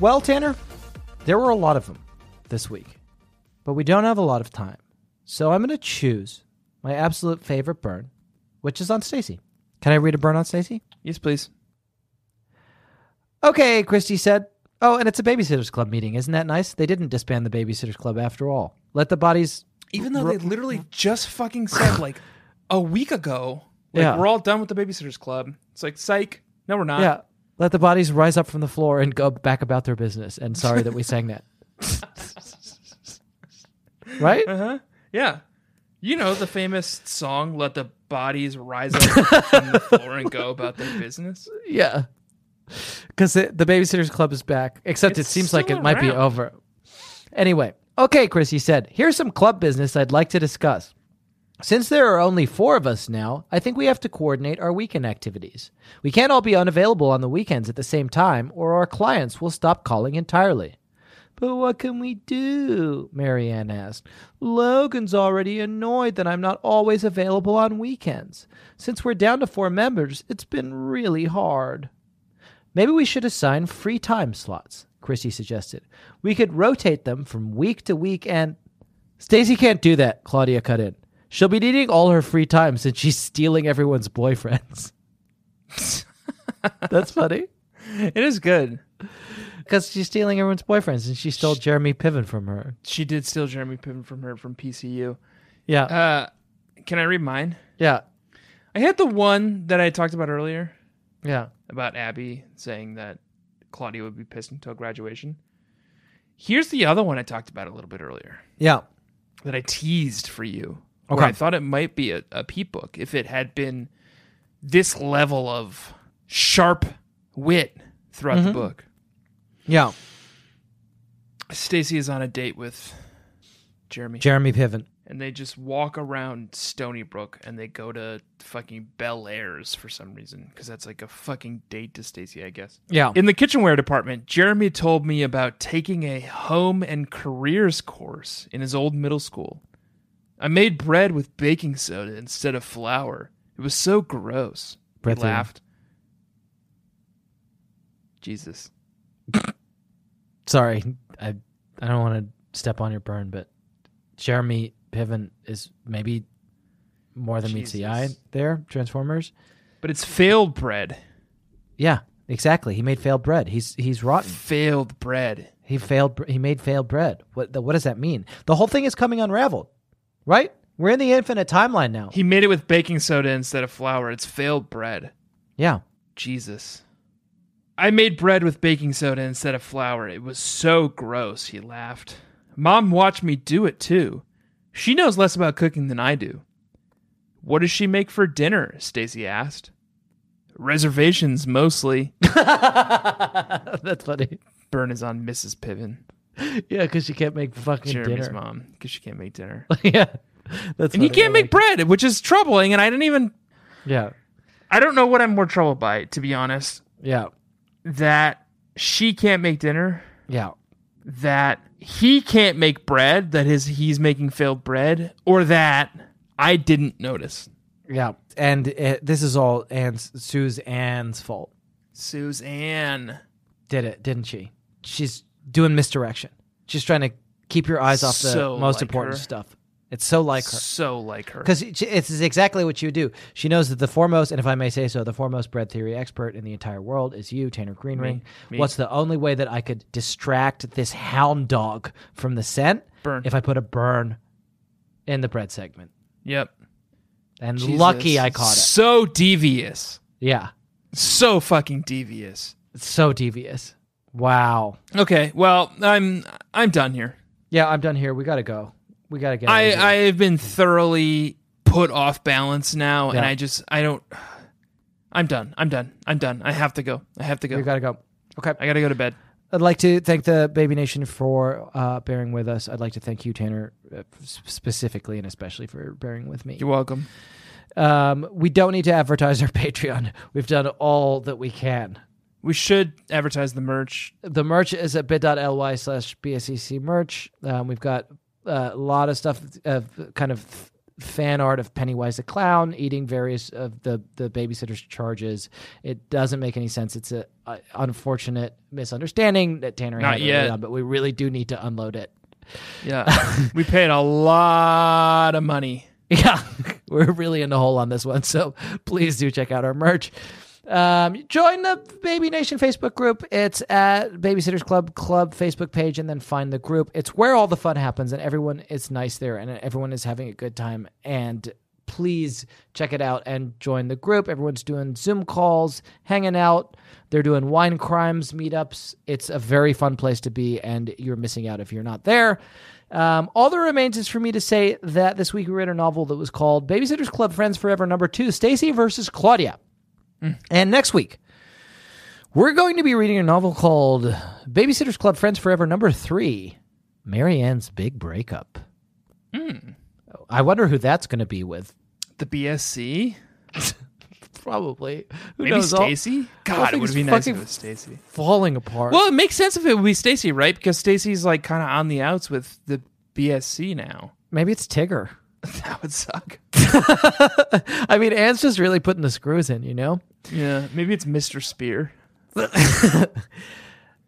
Speaker 3: Well, Tanner, there were a lot of them this week, but we don't have a lot of time. So I'm going to choose my absolute favorite burn, which is on Stacy. Can I read a burn on Stacy?
Speaker 4: yes, please?
Speaker 3: Okay, Christy said. Oh, and it's a babysitters club meeting. Isn't that nice? They didn't disband the babysitters club after all. Let the bodies.
Speaker 4: Even though they literally just fucking <laughs> said like a week ago, like
Speaker 3: Yeah.
Speaker 4: we're all done with the Babysitters Club. It's like psych. No, we're not.
Speaker 3: Yeah. Let the bodies rise up from the floor and go back about their business. And sorry that we sang <laughs> that. right?
Speaker 4: Yeah. You know the famous song "Let the Bodies Rise Up from the Floor and Go About Their Business."
Speaker 3: Yeah. Because the, the Babysitters Club is back, except
Speaker 4: It's
Speaker 3: it seems like
Speaker 4: still
Speaker 3: it might be
Speaker 4: around.
Speaker 3: over. Anyway, okay, Chris, he said, here's some club business I'd like to discuss. Since there are only four of us now, I think we have to coordinate our weekend activities. We can't all be unavailable on the weekends at the same time, or our clients will stop calling entirely. But what can we do? Marianne asked. Logan's already annoyed that I'm not always available on weekends. Since we're down to four members, it's been really hard. Maybe we should assign free time slots, Christy suggested. We could rotate them from week to week and. Stacy can't do that, Claudia cut in. She'll be needing all her free time since she's stealing everyone's boyfriends. <laughs> That's funny.
Speaker 4: <laughs>
Speaker 3: <laughs>
Speaker 4: It is good.
Speaker 3: Because she's stealing everyone's boyfriends and she stole Jeremy Piven from her.
Speaker 4: She did steal Jeremy Piven from her from PCU.
Speaker 3: Yeah.
Speaker 4: Uh, can I read mine?
Speaker 3: yeah.
Speaker 4: I had the one that I talked about earlier
Speaker 3: Yeah.
Speaker 4: about Abby saying that Claudia would be pissed until graduation. Here's the other one I talked about a little bit earlier
Speaker 3: Yeah.
Speaker 4: that I teased for you. where
Speaker 3: Okay.
Speaker 4: I thought it might be a, a peep book if it had been this level of sharp wit throughout the book.
Speaker 3: Yeah.
Speaker 4: Stacy is on a date with Jeremy.
Speaker 3: Jeremy Piven.
Speaker 4: and they just walk around Stony Brook and they go to fucking Bel Airs for some reason because that's like a fucking date to Stacy, I guess.
Speaker 3: Yeah.
Speaker 4: In the kitchenware department, Jeremy told me about taking a home and careers course in his old middle school. I made bread with baking soda instead of flour. It was so gross.
Speaker 3: Bread
Speaker 4: he
Speaker 3: theory.
Speaker 4: laughed. Jesus.
Speaker 3: Sorry, I I don't want to step on your burn, but Jeremy Piven is maybe more than meets the eye
Speaker 4: Jesus.
Speaker 3: there. Transformers.
Speaker 4: But it's failed bread.
Speaker 3: Yeah, exactly. He made failed bread. He's he's rotten.
Speaker 4: Failed bread.
Speaker 3: He failed. br- He made failed bread. What the, what does that mean? The whole thing is coming unraveled, right? We're in the infinite timeline now.
Speaker 4: He made it with baking soda instead of flour. It's failed bread. <laughs>
Speaker 3: yeah.
Speaker 4: Jesus. I made bread with baking soda instead of flour. It was so gross, he laughed. Mom watched me do it too. She knows less about cooking than I do. What does she make for dinner? Stacy asked. Reservations mostly. <laughs>
Speaker 3: That's funny.
Speaker 4: Burn is on Mrs. Piven,
Speaker 3: Yeah, because she can't make fucking
Speaker 4: Jeremy's
Speaker 3: dinner.
Speaker 4: mom, because she can't make dinner.
Speaker 3: <laughs> yeah, that's
Speaker 4: and he
Speaker 3: funny.
Speaker 4: can't
Speaker 3: I
Speaker 4: make bread, which is troubling. And I didn't even.
Speaker 3: like- Yeah,
Speaker 4: I don't know what I'm more troubled by, to be honest.
Speaker 3: yeah,
Speaker 4: That she can't make dinner
Speaker 3: yeah.
Speaker 4: that he can't make bread, that his he's making failed bread, or that I didn't notice.
Speaker 3: Yeah, and uh this is all Anne's Sue's Anne's fault.
Speaker 4: Suzanne.
Speaker 3: Did it, didn't she? She's doing misdirection. She's trying to keep your eyes off the
Speaker 4: So
Speaker 3: most
Speaker 4: like
Speaker 3: important
Speaker 4: her.
Speaker 3: stuff. It's so like her
Speaker 4: So like her.
Speaker 3: because it's exactly what you do. She knows that the foremost, and if I may say so, the foremost bread theory expert in the entire world is you, Tanner Greenring.
Speaker 4: me.
Speaker 3: What's the only way that I could distract this hound dog from the scent?
Speaker 4: Burn.
Speaker 3: If I put a burn in the bread segment,
Speaker 4: Yep.
Speaker 3: and lucky
Speaker 4: Jesus.
Speaker 3: I caught it.
Speaker 4: So devious.
Speaker 3: Yeah,
Speaker 4: So fucking devious.
Speaker 3: it's so devious. Wow.
Speaker 4: Okay, well, I'm I'm done here.
Speaker 3: Yeah, I'm done here. We gotta go. We gotta get. out of here.
Speaker 4: I I have been thoroughly put off balance now and
Speaker 3: Yeah.
Speaker 4: I just I don't I'm done. I'm done. I'm done. I have to go. I have to go.
Speaker 3: We gotta go. Okay.
Speaker 4: I got to go to bed.
Speaker 3: I'd like to thank the Baby Nation for uh, bearing with us. I'd like to thank you, Tanner, uh, s- specifically and especially for bearing with me.
Speaker 4: You're welcome.
Speaker 3: Um, we don't need to advertise our <laughs> Patreon. We've done all that we can.
Speaker 4: We should advertise the merch.
Speaker 3: The merch is at bit.ly slash BSEC merch. Um, we've got uh, a lot of stuff of kind of fan art of Pennywise the Clown eating various of the, the babysitter's charges. It doesn't make any sense. It's a, uh unfortunate misunderstanding that Tanner
Speaker 4: Not
Speaker 3: had early
Speaker 4: yet.
Speaker 3: on, but we really do need to unload it.
Speaker 4: Yeah. <laughs> we paid a lot of money.
Speaker 3: <laughs> Yeah, we're really in the hole on this one. So please do check out our merch. Um, join the Baby Nation Facebook group. It's at Babysitters Club Club Facebook page, and then find the group. It's where all the fun happens, and everyone is nice there, and everyone is having a good time. And please check it out and join the group. Everyone's doing Zoom calls, hanging out. They're doing wine crimes meetups. It's a very fun place to be, and you're missing out if you're not there. Um, all that remains is for me to say that this week we read a novel that was called Babysitters Club Friends Forever Number Two Stacy versus Claudia. And next week, we're going to be reading a novel called Babysitters Club Friends Forever Number Three Marianne's Big Breakup. I wonder who that's going to be with.
Speaker 4: The BSC?
Speaker 3: Probably. Who
Speaker 4: Maybe
Speaker 3: knows? All-
Speaker 4: Stacy?
Speaker 3: whole
Speaker 4: God, it
Speaker 3: thing
Speaker 4: would
Speaker 3: is
Speaker 4: be nice if
Speaker 3: fucking-
Speaker 4: it was Stacy.
Speaker 3: falling apart.
Speaker 4: Well, it makes sense if it would be Stacy, right? Because Stacy's like kind of on the outs with the BSC now.
Speaker 3: Maybe it's Tigger.
Speaker 4: That would suck.
Speaker 3: I mean, Anne's just really putting the screws in, you know? <laughs>
Speaker 4: Yeah. Maybe it's Mr. Spear.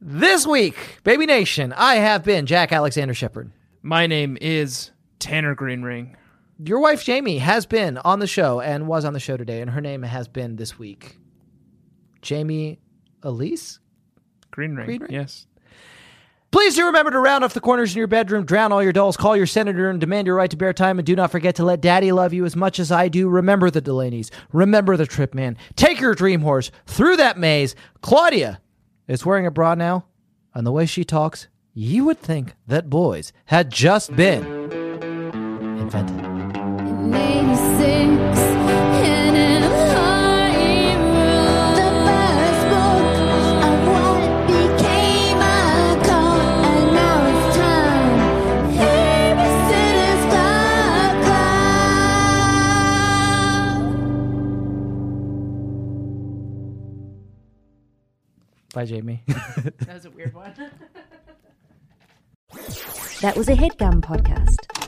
Speaker 3: This week, Baby Nation, I have been Jack Alexander Shepard.
Speaker 4: My name is Tanner Greenring.
Speaker 3: Your wife Jamie has been on the show and was on the show today, and her name has been this week Jamie Elise.
Speaker 4: Greenring.
Speaker 3: Greenring?
Speaker 4: Yes.
Speaker 3: Please do remember to round off the corners in your bedroom, drown all your dolls, call your senator, and demand your right to bear time. And do not forget to let daddy love you as much as I do. Remember the Delaney's. Remember the trip man. Take your dream horse through that maze. Claudia is wearing a bra now, and the way she talks, you would think that boys had just been invented. Bye, Jamie.
Speaker 7: That was a weird one.
Speaker 1: That was a headgum podcast.